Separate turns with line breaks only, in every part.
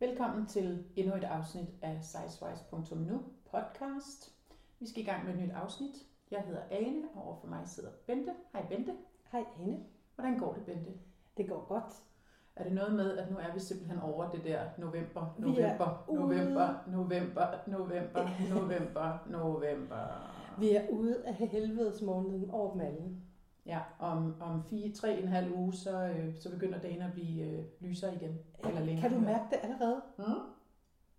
Velkommen til endnu et afsnit af sizewise.nu podcast. Vi skal i gang med et nyt afsnit. Jeg hedder Ane, og overfor mig sidder Bente. Hej Bente.
Hej Anne.
Hvordan går det, Bente?
Det går godt.
Er det noget med, at nu er vi simpelthen over det der november,
Vi er
november,
ude.
november, november, november, november, november.
Vi er ude af helvedes måneden over dem alle.
Ja, om, om fire, tre og en halv uge, så, øh, så begynder dagen at blive øh, lysere igen. Eller længere.
Kan du mærke det allerede?
Mm.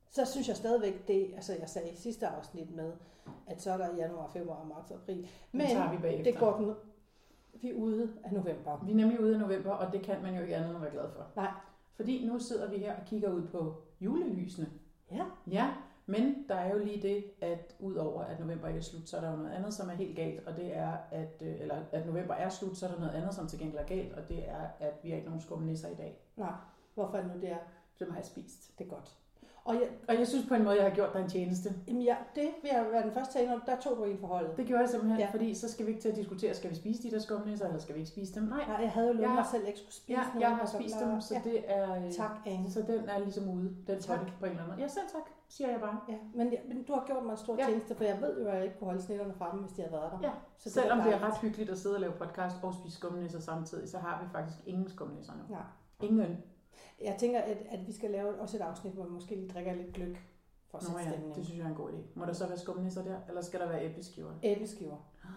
Så synes jeg stadigvæk det, altså jeg sagde i sidste afsnit med, at så er der januar, februar, marts og april.
Men
Men
tager vi bagefter.
det går den. Vi er ude af november.
Vi er nemlig ude i november, og det kan man jo ikke andet end at være glad for.
Nej.
Fordi nu sidder vi her og kigger ud på julelysene.
Ja.
Ja, men der er jo lige det, at udover at november ikke er slut, så er der jo noget andet, som er helt galt, og det er, at, øh, eller at november er slut, så er der noget andet, som til gengæld er galt, og det er, at vi har ikke nogen skumnisser i dag.
Hvorfor er det nu det er?
Så dem har jeg spist.
Det er godt. Og jeg,
Og jeg synes på en måde, jeg har gjort dig en tjeneste.
jamen jeg, det vil jeg være den første til at indrømme, der tog du en for holdet.
Det gjorde jeg simpelthen, ja.
Ja.
fordi så skal vi ikke til at diskutere, skal vi spise de der skumnisser, eller skal vi ikke spise dem? Nej,
Nej, jeg havde jo lovet
Jeg-
mig selv, at jeg ikke skulle spise
ja,
nogen,
jeg har
og så
spist
bla-
dem, så
ja.
det er... øh,
Tak, Anne.
Så den er ligesom ude, den tak.
Tak.
på en eller anden måde. Ja, selv tak, siger jeg bare.
Ja, men, jeg, men du har gjort mig en stor
Ja.
ja. tjeneste, for jeg ved jo, at jeg ikke kunne holde snitterne fremme, hvis de havde været der.
Ja, Så
var
Selvom det er
dejligt.
ret hyggeligt at sidde og lave podcast og spise skumnisser samtidig, så har vi faktisk ingen skumnisser nu.
Nej.
Ingen.
Jeg tænker, at, at vi skal lave også et afsnit, hvor vi måske lige drikker lidt gløk for at
Nå
sætte
ja,
stemningen.
det synes jeg er en god idé. Må der så være skumnisser der, eller skal der være æbleskiver?
Æbleskiver.
Ah,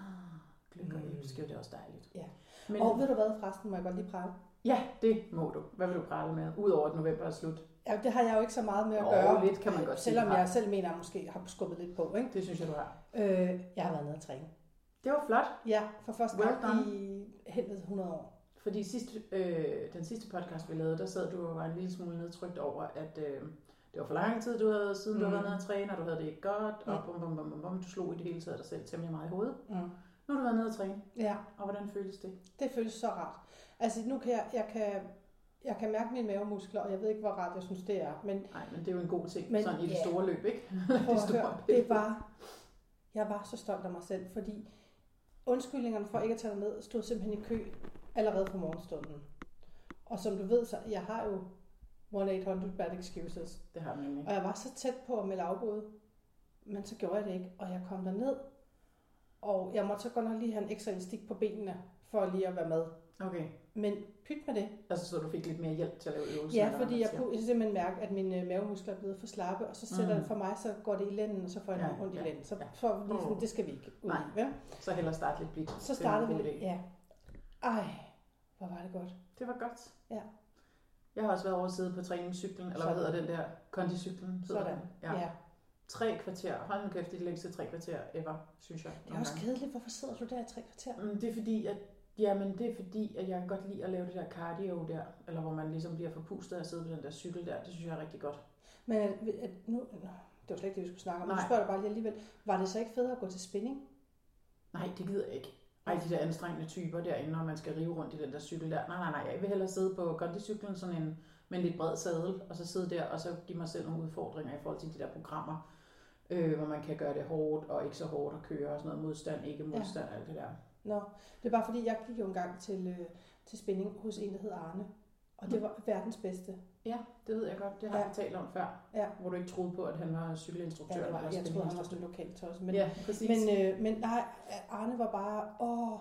Gløgg og
Mm.
æbleskiver, det er også dejligt.
Ja.
Men,
Men... Og ved du hvad, forresten, må jeg godt lige prale?
Ja, det må du. Hvad vil du prale med? Udover at november er slut.
Ja, det har jeg jo ikke så meget med at
Jo,
gøre.
lidt kan man godt sige,
Selvom
du har.
jeg selv mener, at jeg måske har skubbet lidt på. Ikke?
Det synes jeg, du har.
Øh, jeg har været nede at træne.
Det var flot,
Ja, for første
Well
gang i helvede 100 år.
fordi sidste, øh, den sidste podcast, vi lavede, der sad du og var en lille smule nedtrykt over, at øh, det var for lang tid, du havde siden mm. du
Mm.
havde været nede at træne, og du havde det ikke godt, og
Ja.
bum, bum, bum, bum, bum, du slog i det hele taget dig selv temmelig meget i hovedet.
Mm.
Nu har du været nede at træne,
Ja,
og hvordan føles det?
det føles så rart. Altså nu kan jeg, jeg kan, jeg kan mærke mine mavemuskler, og jeg ved ikke, hvor rart jeg synes, det er. Men
Nej, men det er jo en god ting, men,
Men-
sådan i det
ja.
store løb, ikke?
Prøv
det
at høre,
billede.
det var, jeg var så stolt af mig selv, fordi undskyldningerne for ikke at tage ned stod simpelthen i kø allerede fra morgenstunden. Og som du ved, så jeg har jo 1-800 bad excuses.
Det har man ikke.
Og jeg var så tæt på at melde afbud, men så gjorde jeg det ikke, og jeg kom derned. Og jeg måtte så godt nok lige have en ekstra elastik på benene, for lige at være med.
Okay,
Men pyt med det.
altså så du fik lidt mere hjælp til at lave øvelser?
Ja,
eller hvad
fordi
man
jeg
siger.
kunne simpelthen mærke, at mine øh, mavemuskler er blevet for slappe, og så sætter
Mm.
mm. det for mig, så går det i lænden, og så får jeg
Ja,
ja, ondt i
ja,
lænden. Så,
ja.
så lige sådan,
Åh.
det skal vi ikke ud
Nej.
i, vel?
Så hellere starte lidt blidt.
Så startede vi
det. er en god
det.
idé.
Ja. Ej, hvor var det godt.
Det var godt.
Ja.
Jeg har også været over at sidde på træningscyklen, eller hvad
Sådan.
hedder den der? Kondicyklen. hedder
Sådan.
den. Ja.
Ja.
ja.
ja.
Tre kvarter. Hold nu kæft, det er det længste tre kvarter ever, synes jeg.
Det er også kedeligt. Hvorfor sidder du der i tre kvarter?
Mm, Det er fordi, at Jamen, det er fordi, at jeg kan godt lide at lave det der cardio der, eller hvor man ligesom bliver forpustet af at sidde på den der cykel der. Det synes jeg er rigtig godt.
Men at- at nu, nå, det var slet ikke det, vi skulle snakke om. Men
Nej.
Nu spørger jeg bare lige alligevel. Var det så ikke federe at gå til spinning?
Nej, det gider jeg ikke. Ej, de der anstrengende typer derinde, når man skal rive rundt i den der cykel der. Nej, nej, nej, jeg vil hellere sidde på kondicyklen sådan en, med en lidt bred sadel, og så sidde der, og så give mig selv nogle udfordringer i forhold til de der programmer, øh, hvor man kan gøre det hårdt og ikke så hårdt at køre, og sådan noget modstand, ikke modstand, ja. alt det der.
Nå, det er bare fordi, jeg gik jo engang til, øh, til spinning hos en, der hed Arne. Og
Mm.
det var verdens bedste.
Ja, det ved jeg godt, det har
Ja.
jeg talt om før,
Ja.
hvor du ikke troede på, at han var cykelinstruktør.
Ja, det var,
eller
jeg troede, han var
spændingsinstruktør.
sådan en lokal tosset. Men
Ja, præcis.
Men, øh, men nej, Arne var bare, åh,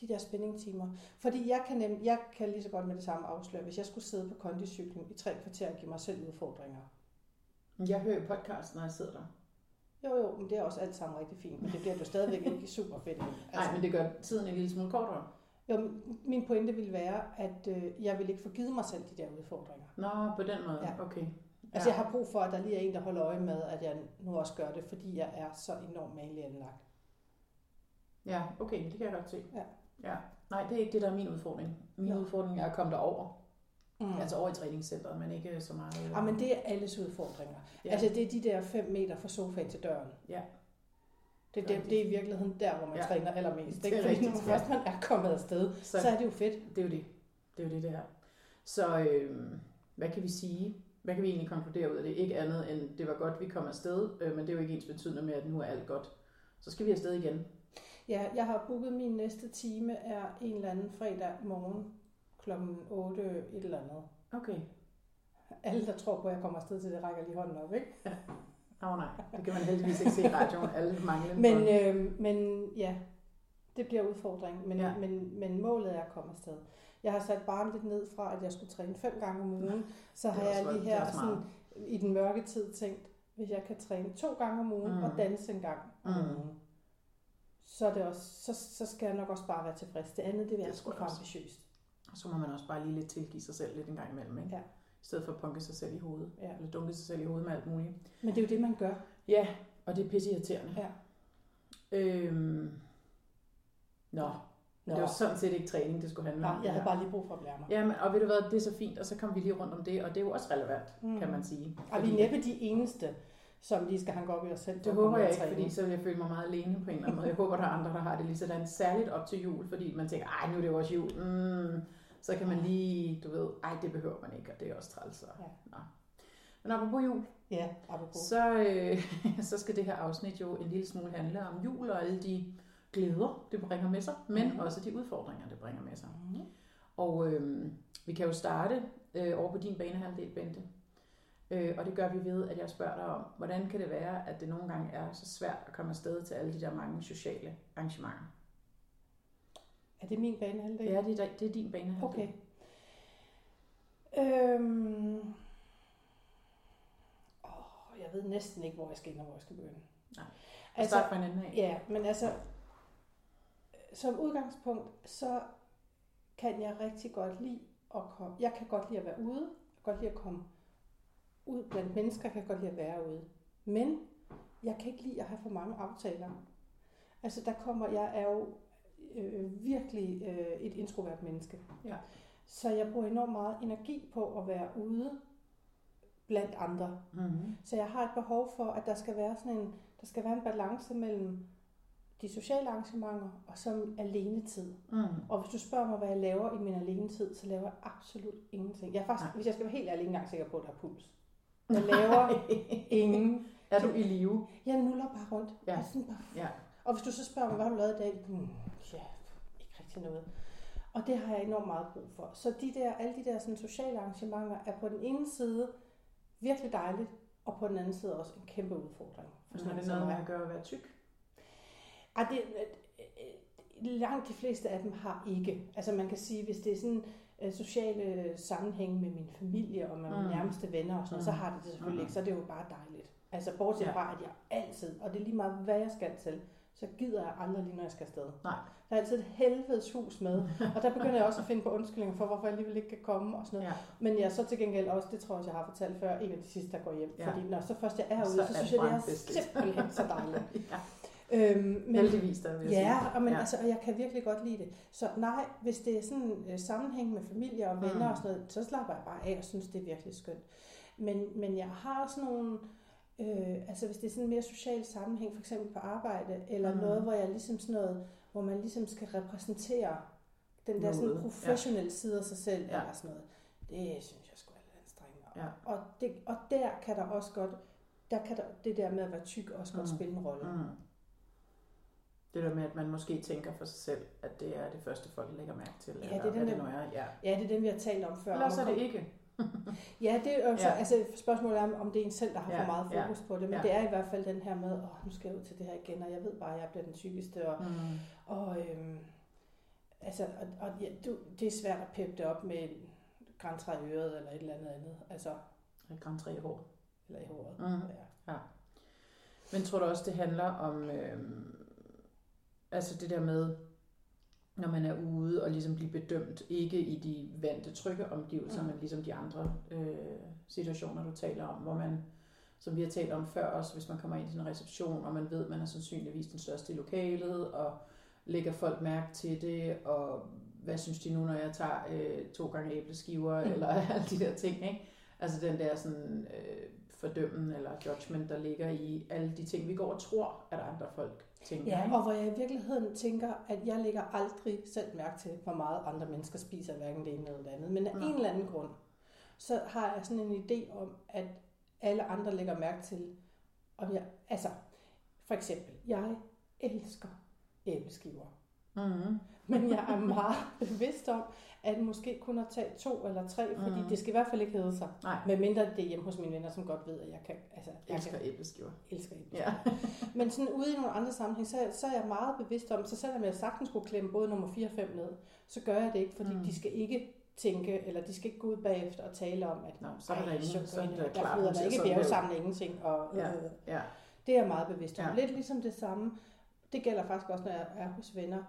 de der spændingstimer. Fordi jeg kan, nem, jeg kan lige så godt med det samme afsløre, hvis jeg skulle sidde på kondicyklen i tre kvarter og give mig selv udfordringer.
Jeg hører jo podcast, når jeg sidder der.
Jo, jo, men det er også alt sammen rigtig fint, men det bliver du stadigvæk ikke super fedt. af.
Nej, men det gør tiden en lille smule kortere.
jo, men min pointe ville være, at øh, jeg vil ikke få givet mig selv de der udfordringer.
Nå, på den måde,
Ja.
okay.
Altså, jeg har brug for, at der lige er en, der holder øje med, at jeg nu også gør det, fordi jeg er så enormt malig anlagt.
Ja, okay, det kan jeg godt se.
Ja.
ja. Nej, det er ikke det, der er min udfordring. Min
Nå.
udfordring er at komme derover.
Mm.
Mm. Altså over i træningscenteret, men ikke så meget.
Ja, ah, men det er alles udfordringer.
Ja.
Ja. Altså, det er de der 5 meter fra sofaen til døren.
Ja.
Det, er det, det er i virkeligheden der, hvor man
Ja.
ja. træner allermest.
Det er
Ikke? Fordi
rigtigt,
når man
ja.
først man er kommet afsted, så,
så,
så er det jo fedt.
det er jo det. Det er jo det, det er. Så øh, hvad kan vi sige? Hvad kan vi egentlig konkludere ud af det? Ikke andet end, det var godt, vi kom afsted, øh, men det er jo ikke ens betydende med, at nu er alt godt. Så skal vi afsted igen.
Ja, jeg har booket min næste time er en eller anden fredag morgen kl. 8 et eller andet.
Okay.
alle, der tror på, at jeg kommer afsted til det, rækker lige hånden op, ikke?
Nå nej, det kan man heldigvis ikke se i radioen. Alle mangler
Men, øh, men ja, det bliver udfordringen. Men,
Ja.
ja. men, men målet er at komme afsted. Jeg har sat barnet lidt ned fra, at jeg skulle træne fem gange om ugen. Så
Det er
har
også
jeg lige
godt. Det
her
er smart.
sådan, i den mørke tid tænkt, hvis jeg kan træne to gange om ugen
Mm.
mm. og danse en gang om
Mm.
mm. ugen, så, er det også, så, så skal jeg nok også bare være tilfreds. Det andet, det vil jeg
Det tror
sgu
jeg
for
også.
ambitiøst.
så må man også bare lige lidt tilgive sig selv lidt en gang imellem, ikke?
Ja.
I stedet for at punke sig selv i hovedet.
Ja.
Eller dunke sig selv i hovedet med alt muligt.
Men det er jo det, man gør.
Ja, og det er pisse irriterende.
Ja.
Øhm... Nå, Nå,
Nå.
det var sådan set ikke træning, det skulle handle om.
Nej, Ah, jeg havde
Ja.
bare lige brug for at blære mig.
Jamen, og ved du hvad, det er så fint, og så kom vi lige rundt om det, og det er jo også relevant, mm. kan man sige.
Og vi
Fordi-
er næppe de eneste, som lige skal hanke op i os selv. for
Det
at
håber
komme ud
jeg
og
ikke,
træne.
fordi så vil jeg føle mig meget alene på en eller anden måde. Jeg håber, der er andre, der har det lige sådan, særligt op til jul, fordi man tænker, ej, nu er det jo også jul. Mm, så kan man lige, du ved, ej, det behøver man ikke, og det er også træls. Og...
Ja.
Nå. Men apropos jul,
Ja, apropos.
så, øh, så skal det her afsnit jo en lille smule handle om jul og alle de glæder, det bringer med sig, men
Mhm.
også de udfordringer, det bringer med sig.
Mhm.
Og øh, vi kan jo starte øh, over på din banehalvdel, Bente. Øh, og det gør vi ved, at jeg spørger dig om, hvordan kan det være, at det nogle gange er så svært at komme afsted til alle de der mange sociale arrangementer?
Er det min banehalvdel?
Ja, det er, det er din banehalvdel.
Okay. Øhm... Oh, jeg ved næsten ikke, hvor jeg skal ind og hvor jeg skal begynde.
Nej. Altså,
Altså,
start fra en ende af.
ja, men altså, som udgangspunkt, så kan jeg rigtig godt lide at komme, jeg kan godt lide at være ude, jeg kan godt lide at komme ud blandt mennesker, jeg kan godt lide at være ude. Men jeg kan ikke lide at have for mange aftaler. Altså der kommer, jeg er jo øh, virkelig øh, et introvert menneske.
Ja.
Så jeg bruger enormt meget energi på at være ude blandt andre.
Mm-hmm.
Så jeg har et behov for, at der skal være sådan en, der skal være en balance mellem de sociale arrangementer og så alene tid.
Mm.
Og hvis du spørger mig, hvad jeg laver i min alene tid, så laver jeg absolut ingenting. Jeg er faktisk,
Nej.
hvis jeg skal være helt ærlig, ikke engang sikker på, at der er puls. Jeg laver ingen.
er du i live?
Jeg nuller bare rundt.
Ja.
Jeg er sådan bare...
Ja.
Og hvis du så spørger mig, hvad har du lavet i dag? Hmm, ja, ikke rigtig noget. Og det har jeg enormt meget brug for. Så de der, alle de der sådan, sociale arrangementer er på den ene side virkelig dejligt, og på den anden side også en kæmpe udfordring.
Har
For sådan en
det
som
noget med
mig.
at gøre at være tyk?
Ej, det, øh, øh, langt de fleste af dem har ikke. Altså man kan sige, hvis det er sådan øh, sociale sammenhæng med min familie og med mine
Mm.
nærmeste venner og sådan noget, så har det det selvfølgelig
Mm.
ikke. Så er det jo bare dejligt. Altså bortset
Ja.
fra, at jeg altid, og det er lige meget, hvad jeg skal til, så gider jeg aldrig lige, når jeg skal afsted.
Nej.
Der er altid et helvedes hus med, og der begynder jeg også at finde på undskyldninger for, hvorfor jeg alligevel ikke kan komme og sådan noget.
Ja.
Men jeg er så til gengæld også, det tror jeg også, jeg har fortalt før, en af de sidste, der går hjem.
Ja.
Ja. Fordi når så først jeg er herude,
Så
så,
er
så synes
det
jeg,
bare
det er
en festligt.
simpelthen så dejligt.
ja.
Øhm, men,
Heldigvis, der vil jeg sige.
Ja, og, men,
Ja.
ja. Altså, og jeg kan virkelig godt lide det. Så nej, hvis det er sådan øh, sammenhæng med familie og venner
Mm.
mm. og sådan noget, så slapper jeg bare af og synes, det er virkelig skønt. Men, men jeg har sådan nogle, øh, altså hvis det er sådan en mere social sammenhæng, for eksempel på arbejde, eller
Mm.
mm. noget, hvor jeg ligesom sådan noget, hvor man ligesom skal repræsentere den der
Noget,
sådan
ja.
professionelle side af sig selv,
Ja.
ja. eller sådan noget. Det synes jeg skulle er lidt anstrengende.
Ja.
Og, det, og der kan der også godt, der kan der, det der med at være tyk også godt
Mm.
spille en rolle.
Mm. Det der med, at man måske tænker for sig selv, at det er det første, folk lægger mærke til.
Ja,
eller
det er den
hvad det
der-
nu er. Ja.
Ja, det er den, vi har talt om før.
Eller
om
så er
at
det ikke.
Ja, det er jo så,
Ja.
ja. altså spørgsmålet er, om- om det er en selv, der har
Ja,
ja, for meget
ja,
fokus ja, på det, men
ja.
ja. det er i hvert fald den her med, åh, nu skal jeg ud til det her igen, og jeg ved bare, at jeg bliver den tykkeste, og,
Mm.
og øhm, altså, og, og ja, du, det er svært at peppe det op med græntræ i øret, eller et eller andet andet, altså,
Et gran træ i hår.
eller i håret.
Mhm.
Ja.
Men tror du også, det handler om øh, altså det der med, når man er ude og ligesom bliver bedømt, ikke i de vante trygge omgivelser, mm.
Mm.
men ligesom de andre øh, situationer, du taler om, hvor man, som vi har talt om før også, hvis man kommer ind til en reception, og man ved, at man er sandsynligvis den største i lokalet, og lægger folk mærke til det, og hvad synes de nu, når jeg tager øh, to gange æbleskiver, mm.
Mm.
eller alle de der ting, ikke? Altså den der sådan øh, fordømmen eller judgment, der ligger i alle de ting, vi går og tror, at andre folk tænker.
ja,
ikke?
og hvor jeg i virkeligheden tænker, at jeg lægger aldrig selv mærke til, hvor meget andre mennesker spiser, hverken det ene eller det andet, men af
Mm.
en eller anden grund, så har jeg sådan en idé om, at alle andre lægger mærke til, om jeg, altså, for eksempel, jeg elsker æbleskiver.
Mm-hmm.
Men jeg er meget bevidst om, at måske kun at tage to eller tre, fordi
Mm.
mm. det skal i hvert fald ikke hedde sig.
Nej,
Med mindre det er hjemme hos mine venner, som godt ved, at jeg kan, altså,
jeg
jeg
elsker
kan,
æbleskiver.
elsker æbleskiver.
Ja.
Men sådan ude i nogle andre sammenhæng, så, så er jeg meget bevidst om, så selvom jeg sagtens skulle klemme både nummer 4 og 5 ned, så gør jeg det ikke, fordi
Mm.
mm. de skal ikke tænke, eller de skal ikke gå ud bagefter og tale om, at
Nå, så er der
"Ej,
ingen, øh, så, så er
gør
det
jeg
da
det." der
klart.
flyder
hun
der
ser
ikke
sådan
bjerge
der ud.
sammen ingenting. Og,
Ja.
øh,
Ja,
det er jeg meget bevidst om.
Ja.
Ja. Lidt ligesom det samme. Det gælder faktisk også, når jeg er hos venner.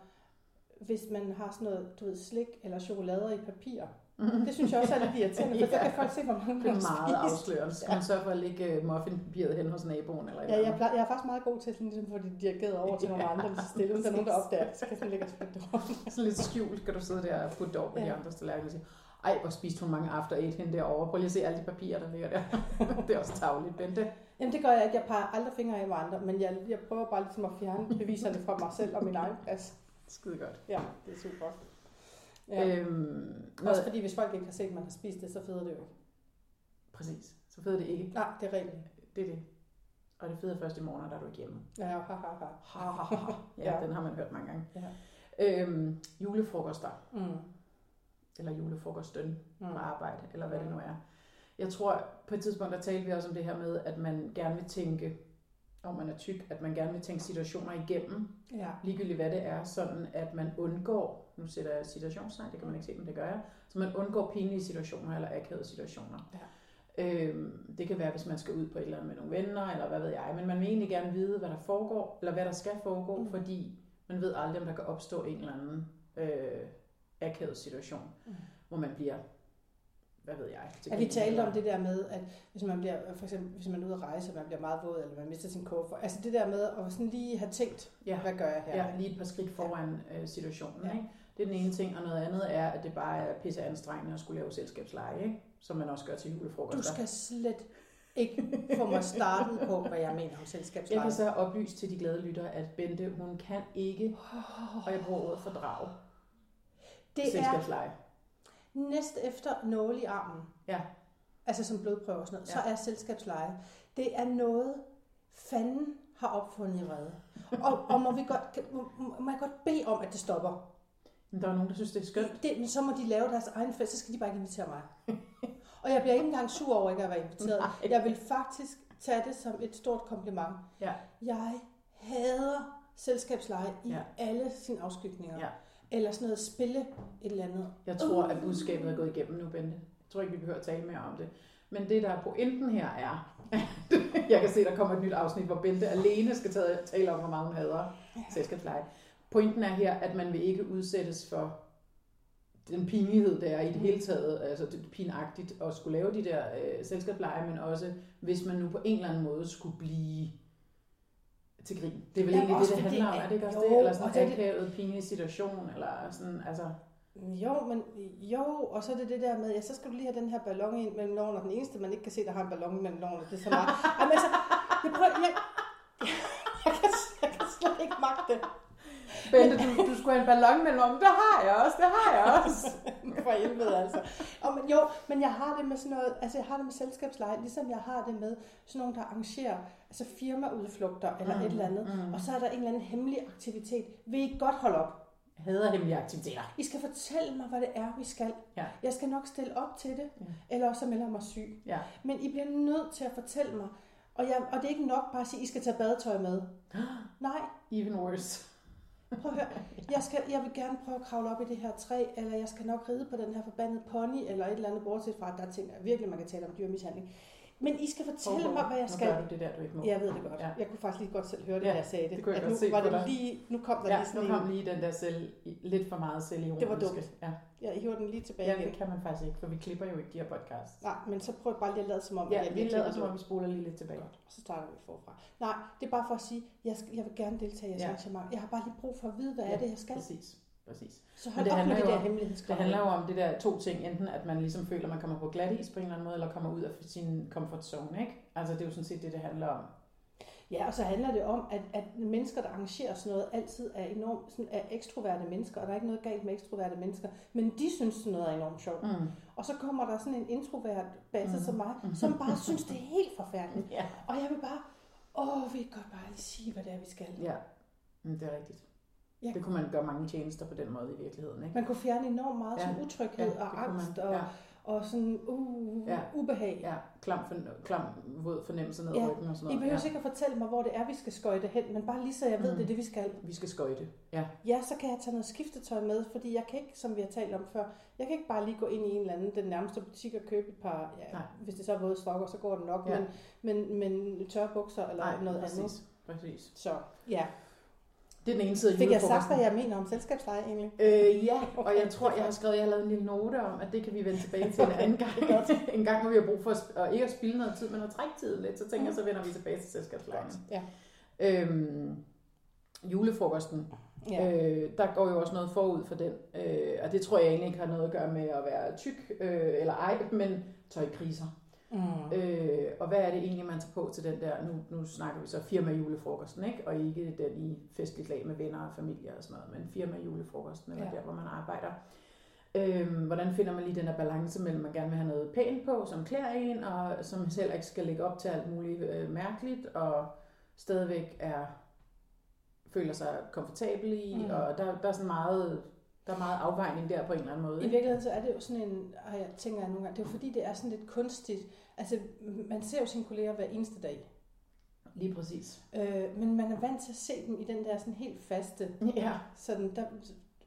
Hvis man har sådan noget, du ved, slik eller chokolader i papir. Det synes jeg også er lidt irriterende, for
Ja.
så kan folk se, hvor mange
det
man
er meget
spiser.
afslørende. Så skal man sørge for at lægge øh, muffinpapiret hen hos naboen? Eller et
Ja,
eller
jeg,
andet?
plejer, jeg er faktisk meget god til sådan ligesom, fordi de har givet over til nogle
Ja.
andre, lige så stille, uden der er nogen, der opdager, det, så kan jeg sådan ligge og spille det over.
Sådan lidt skjult skal du sidde der og putte det over på de
Ja.
andre tallerkener og sige, ej, hvor spiste hun mange after eight hende derovre. Prøv lige at se alle de papirer, der ligger der. det er også tavligt, Bente.
Jamen det gør jeg ikke, jeg peger aldrig fingre af med andre, men jeg, jeg prøver bare ligesom at fjerne beviserne fra mig selv og min egen plads.
Skide godt.
Ja, det er super. Ja. Øh,
Øhm,
også
noget,
fordi hvis folk ikke har set, at man har spist det, så feder det jo ikke.
præcis. Så fede er det ikke.
Nej, det er reglen.
Det er det. Og det fede er først i morgen, og der er du ikke hjemme.
Ja, ha, ha, ha. ha, ha, ha.
Ja, ja.
Ja.
den har man hørt mange gange.
Ja.
Øhm, julefrokoster,
Mm.
eller julefrokostøn på
Mm.
arbejde, eller hvad det nu er. Jeg tror, på et tidspunkt, der talte vi også om det her med, at man gerne vil tænke, om man er tyk, at man gerne vil tænke situationer igennem,
Ja.
ligegyldigt hvad det er, sådan at man undgår, nu sætter jeg situationstegn, det kan man ikke se, men det gør jeg, så man undgår pinlige situationer eller akavede situationer.
Ja.
Øhm, det kan være, hvis man skal ud på et eller andet med nogle venner, eller hvad ved jeg, men man vil egentlig gerne vide, hvad der foregår, eller hvad der skal foregå, mm.
Mm.
fordi man ved aldrig, om der kan opstå en eller anden øh, akavet situation, mm.
Mm.
hvor man bliver, hvad ved jeg. til
At vi
grin,
talte
eller-
om det der med, at hvis man bliver, for eksempel, hvis man er ude at rejse, og man bliver meget våd, eller man mister sin kuffert. Altså det der med at sådan lige have tænkt,
Ja.
hvad gør jeg her?
Ja, lige et par skridt foran øh, situationen.
Ja.
Ikke? Det er den ene ting, og noget andet er, at det bare er pisse anstrengende at skulle lave selskabsleje, ikke? som man også gør til julefrokoster.
Du skal slet ikke få mig startet på, hvad jeg mener om selskabsleje.
Jeg kan så oplyse til de glade lyttere, at Bente, hun kan ikke, og jeg bruger ordet fordrage,
Det er
selskabsleje.
næst efter nåle i armen.
Ja.
Altså som blodprøve og sådan noget.
Ja.
Så er selskabsleje. Det er noget, fanden har opfundet i redde. Og, og må, vi godt, kan- må, må jeg godt bede om, at det stopper?
Men der er nogen, der synes, det er skønt.
Det, men så må de lave deres egen fest, så skal de bare ikke invitere mig. og jeg bliver ikke engang sur over ikke at være inviteret.
Nej.
Jeg vil faktisk tage det som et stort kompliment.
Ja.
Jeg hader selskabsleje i
Ja.
ja. alle sine afskygninger.
Ja.
Eller sådan noget spille et eller andet.
Jeg tror,
Uh.
at budskabet er gået igennem nu, Bente. Jeg tror ikke, vi behøver at tale mere om det. Men det, der er pointen her, er, at jeg kan se, der kommer et nyt afsnit, hvor Bente alene skal tage- tale om, hvor meget hun hader selskabsleje. Pointen er her, at man vil ikke udsættes for den pinlighed, der er
Mm.
i det hele taget, altså det er pinagtigt at skulle lave de der øh, selskabsleje, men også hvis man nu på en eller anden måde skulle blive til grin. Det er vel
Ja,
egentlig det,
også
det
fordi-
handler om, er det ikke også
jo,
det? Eller
og
sådan
det
en
er det-
akavet, pinlig situation, eller sådan, altså...
Jo, men jo, og så er det det der med, ja, så skal du lige have den her ballon ind mellem loven, og den eneste, man ikke kan se, der har en ballon mellem loven, det er så meget. Jamen, altså, jeg prøver, jeg, jeg, kan, jeg kan slet ikke magte det.
Bente, du, du skulle have en ballon mellem om. Det har jeg også, det har jeg også.
For helvede altså. Og, men, jo, men jeg har det med sådan noget, altså jeg har det med selskabsleje, ligesom jeg har det med sådan nogle, der arrangerer altså firmaudflugter eller mm, et eller andet. Mm. Og så er der en eller anden hemmelig aktivitet. Vil I godt holde op?
Jeg hader hemmelige aktiviteter.
I skal fortælle mig, hvad det er, vi skal.
Ja.
Jeg skal nok stille op til det,
Ja.
eller også så melder jeg mig syg.
Ja.
Men I bliver nødt til at fortælle mig, og, jeg, og det er ikke nok bare at sige, I skal tage badetøj med. Nej,
Even worse.
Prøv at høre, jeg, skal, jeg vil gerne prøve at kravle op i det her træ, eller jeg skal nok ride på den her forbandede pony, eller et eller andet, bortset fra, at der er ting, virkelig man kan tale om dyrmishandling. Men I skal fortælle mig, hvad jeg
Nu
skal.
gør du det der, du ikke må.
Jeg ved det godt.
Ja.
Ja. Jeg kunne faktisk lige godt selv høre det,
Ja,
ja, da jeg sagde det.
det kunne jeg
at
godt
nu,
se
var
på
det
dig.
lige, nu kom der
Ja,
lige
nu
sådan
kom
en.
lige den der selv, lidt for meget selvironiske.
Det var dumt.
Ja.
Jeg hiver den lige tilbage
ja,
igen.
det kan man faktisk ikke, for vi klipper jo ikke de her podcasts.
Nej, men så prøv bare lige at lade som om,
Ja,
at jeg
vi
virkelig
lader
er
som om,
dum.
vi spoler lige lidt tilbage.
Og så starter vi forfra. Nej, det er bare for at sige, jeg, skal, jeg vil gerne deltage i jeres
Ja.
ja. arrangement. Jeg har bare lige brug for at vide, hvad
Ja,
ja. er det, jeg skal.
Præcis. Præcis.
Så
Men
hold
det
op
handler
med det
jo
der
om- Det
hemmelighedskrav.
handler jo om det der to ting. Enten at man ligesom føler, at man kommer på glat is på en eller anden måde, eller kommer ud af sin comfort zone, ikke? Altså det er jo sådan set det, det handler om.
Ja, og så handler det om, at, at mennesker, der arrangerer sådan noget, altid er enormt sådan, er ekstroverte mennesker, og der er ikke noget galt med ekstroverte mennesker, men de synes sådan noget er enormt sjovt.
Mm.
Og så kommer der sådan en introvert basse
Mhm.
mm. som mig, som bare synes, det er helt forfærdeligt.
Ja.
Og jeg vil bare, åh, vi kan godt bare lige sige, hvad det er, vi skal.
ja. Mm, det er rigtigt.
Ja.
Det kunne man gøre mange tjenester på den måde i virkeligheden, ikke?
Man kunne fjerne enormt meget ja. sådan utryghed ja, og angst og,
Ja,
og sådan uh,
Ja.
ja. ubehag. Ja.
ja. Klam, for, klam våd fornemmelse ned
Ja.
ad ryggen og sådan
I
noget.
behøver
ja.
ikke at fortælle mig, hvor det er, vi skal skøjte hen, men bare lige så jeg ved,
Mm.
det er det, vi skal.
Vi skal skøjte. Ja,
Ja, så kan jeg tage noget skiftetøj med, fordi jeg kan ikke, som vi har talt om før, jeg kan ikke bare lige gå ind i en eller anden, den nærmeste butik og købe et par, ja,
Nej.
hvis det så er våde sokker, så går det nok,
Ja.
ja. men, men, men tørre bukser eller
nej,
Nej, noget
præcis.
andet.
Præcis.
Så ja,
Det er den ene side af
fik jeg sagt,
julefrokosten.
hvad jeg mener om selskabsleje egentlig?
Øh, ja, og jeg tror, jeg har skrevet, jeg har lavet en lille note om, at det kan vi vende tilbage til en anden gang. en gang, hvor vi har brug for at, sp- og ikke at spille noget tid, men at trække tiden lidt. Så tænker jeg, så vender vi tilbage til selskabslejen.
Ja.
Øhm, julefrokosten,
Ja.
ja. øh, der går jo også noget forud for den. Øh, og det tror jeg egentlig ikke har noget at gøre med at være tyk øh, eller ej, men tøjkriser.
Mm.
Øh, og hvad er det egentlig, man tager på til den der, nu, nu snakker vi så firma julefrokosten, ikke? og ikke den i festligt lag med venner og familie og sådan noget, men firma julefrokosten, eller ja.
Ja.
der, hvor man arbejder. Øh, hvordan finder man lige den her balance mellem, at man gerne vil have noget pænt på, som klæder en, og som selv ikke skal lægge op til alt muligt øh, mærkeligt, og stadigvæk er føler sig komfortabel i, mm.
Mm.
og der, der er sådan meget, der er meget afvejning der på en eller anden måde.
I
ikke?
virkeligheden så er det jo sådan en, og jeg tænker jeg nogle gange, det er jo fordi, det er sådan lidt kunstigt. Altså, man ser jo sine kolleger hver eneste dag,
Lige præcis.
øh, men man er vant til at se dem i den der sådan helt faste,
Ja,
sådan der,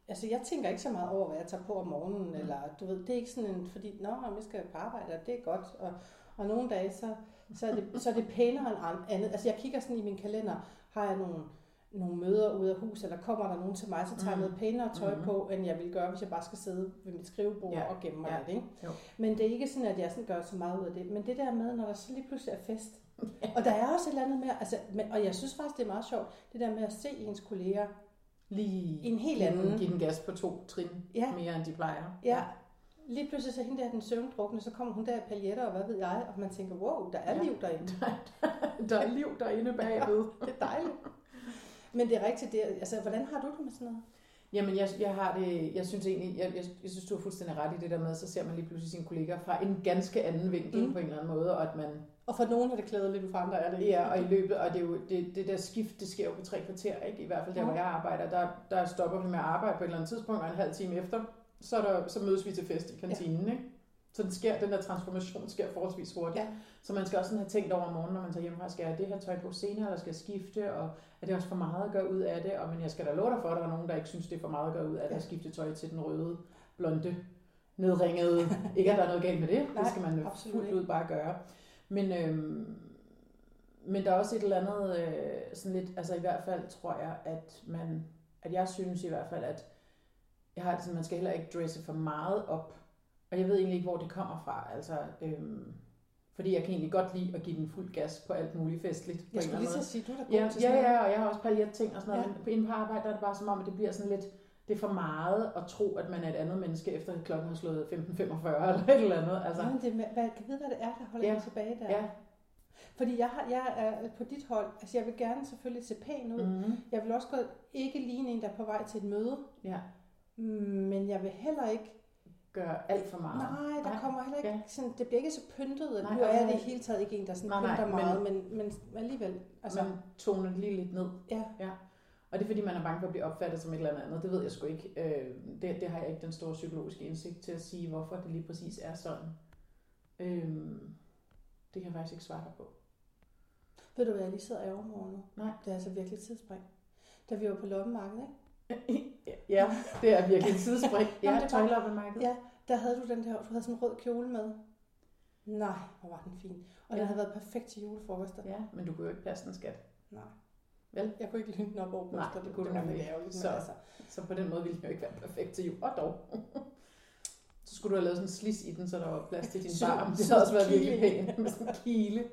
altså jeg tænker ikke så meget over, hvad jeg tager på om
Mm.
morgenen, eller du ved, det er ikke sådan en, fordi, nå, jamen, jeg skal på arbejde, og det er godt, og, og nogle dage, så, så, er det, så er det pænere end an- andet. Altså jeg kigger sådan i min kalender, har jeg nogle, nogle møder ude af hus, eller kommer der nogen til mig, så tager jeg
Mm.
noget pænere tøj
Mhm.
på, end jeg ville gøre, hvis jeg bare skal sidde ved mit skrivebord
Ja.
og gemme mig
Ja.
lidt, ikke?
Jo.
Men det er ikke sådan, at jeg sådan gør så meget ud af det. Men det der med, når der så lige pludselig er fest. Og der er også et eller andet med, altså, men, og jeg synes faktisk, det er meget sjovt, det der med at se ens kolleger.
lige
En helt
give den-
anden.
Give den gas på to trin ja.
Ja.
mere, end de plejer.
Ja. Lige pludselig så hende der den søvndrukne, så kommer hun der i paljetter, og hvad ved jeg, og man tænker, wow, der er
Ja.
ja. liv derinde.
Der er liv derinde bagved.
Det er dejligt. Men det er rigtigt, det er, altså, hvordan har du det med sådan noget?
Jamen, jeg, jeg har det, jeg synes egentlig, jeg, jeg, jeg synes, du har fuldstændig ret i det der med, så ser man lige pludselig sine kollegaer fra en ganske anden vinkel mm.
Mm.
på en eller anden måde, og at man,
Og for nogen er det klædeligt, men for andre er det ikke.
ja, og i løbet, og det er jo, det, det der skift, det sker jo på tre kvarter, ikke? I hvert fald der, hvor
Mhm.
jeg arbejder, der, der stopper vi med at arbejde på et eller andet tidspunkt, og en halv time efter, så, er der, så mødes vi til fest i kantinen, ja. ikke? Så den, sker, den der transformation sker forholdsvis hurtigt.
Ja.
Så man skal også sådan have tænkt over om morgenen, når man tager hjemmefra, skal jeg have det her tøj på senere, eller skal jeg skifte, og er det også for meget at gøre ud af det? Og, men jeg skal da love dig for, at der er nogen, der ikke synes, det er for meget at gøre ud af det,
Ja.
at skifte tøj til den røde, blonde, nedringede. ikke at der er noget galt med det,
Nej,
det skal man jo
absolut
fuldt
ikke.
ud bare gøre. Men, øhm, men der er også et eller andet, øh, sådan lidt, altså i hvert fald tror jeg, at man, at jeg synes i hvert fald, at jeg har det sådan, man skal heller ikke dresse for meget op. Og jeg ved egentlig ikke, hvor det kommer fra. Altså, øhm, fordi jeg kan egentlig godt lide at give den fuld gas på alt muligt festligt. på en
Jeg skulle
eller
lige
anden
så sige, du er da god
Ja,
til sådan
ja,
noget.
ja, og jeg har også paljetting og sådan noget,
Ja.
ja. men inde på arbejde der er det bare som om, at det bliver sådan lidt, det er for meget at tro, at man er et andet menneske, efter at klokken har slået 15.45 eller et eller andet. Altså,
Jamen, det, er med- hvad, kan vide, hvad det er, der holder
Ja.
ja. mig tilbage der?
ja.
Fordi jeg, har, jeg er på dit hold, altså jeg vil gerne selvfølgelig se pæn ud. Mm.
Mm-hmm.
Jeg vil også godt ikke ligne en, der er på vej til et møde. Mm,
Ja.
Men jeg vil heller ikke,
Gør alt for meget.
nej, der
Nej.
kommer heller ikke,
Ja.
sådan, det bliver ikke så pyntet.
Nej,
Nej, nu er jeg
nej.
det i hele taget ikke en, der sådan
Nej,
nej,
nej,
pynter
men-
meget, men, men alligevel. Altså,
Altså, man toner det lige lidt ned.
Ja.
ja. Og det er fordi, man er bange for at blive opfattet som et eller andet andet. Det ved jeg sgu ikke. Øh, det, det har jeg ikke den store psykologiske indsigt til at sige, hvorfor det lige præcis er sådan. Øh, det kan jeg faktisk ikke svare dig på.
ved du hvad, jeg lige sidder i overmorgen nu?
Nej.
Det er altså virkelig et tidsspring. Da vi var på loppemarkedet, ikke?
ja, det er virkelig et sidespring. Ja,
Nå, men det er godt.
tøjloppemarked.
Ja, der havde du den der, du havde sådan en rød kjole med. Nej, hvor var den fin. Og ja.
Ja.
den havde været perfekt til julefrokoster.
ja, men du kunne jo ikke passe den skat.
Nej.
Vel?
Jeg kunne ikke lytte den op over
Nej,
bryster,
det kunne
det kunne
du
det var
nemlig
lidt ærgerligt.
Så-
Så. Altså,
Så på den måde ville den jo ikke være perfekt til jul. Og dog. så skulle du have lavet sådan en slis i den, så der var plads til din
Så-
barm. Det
så
havde også været
kile.
virkelig pænt med sådan en kile.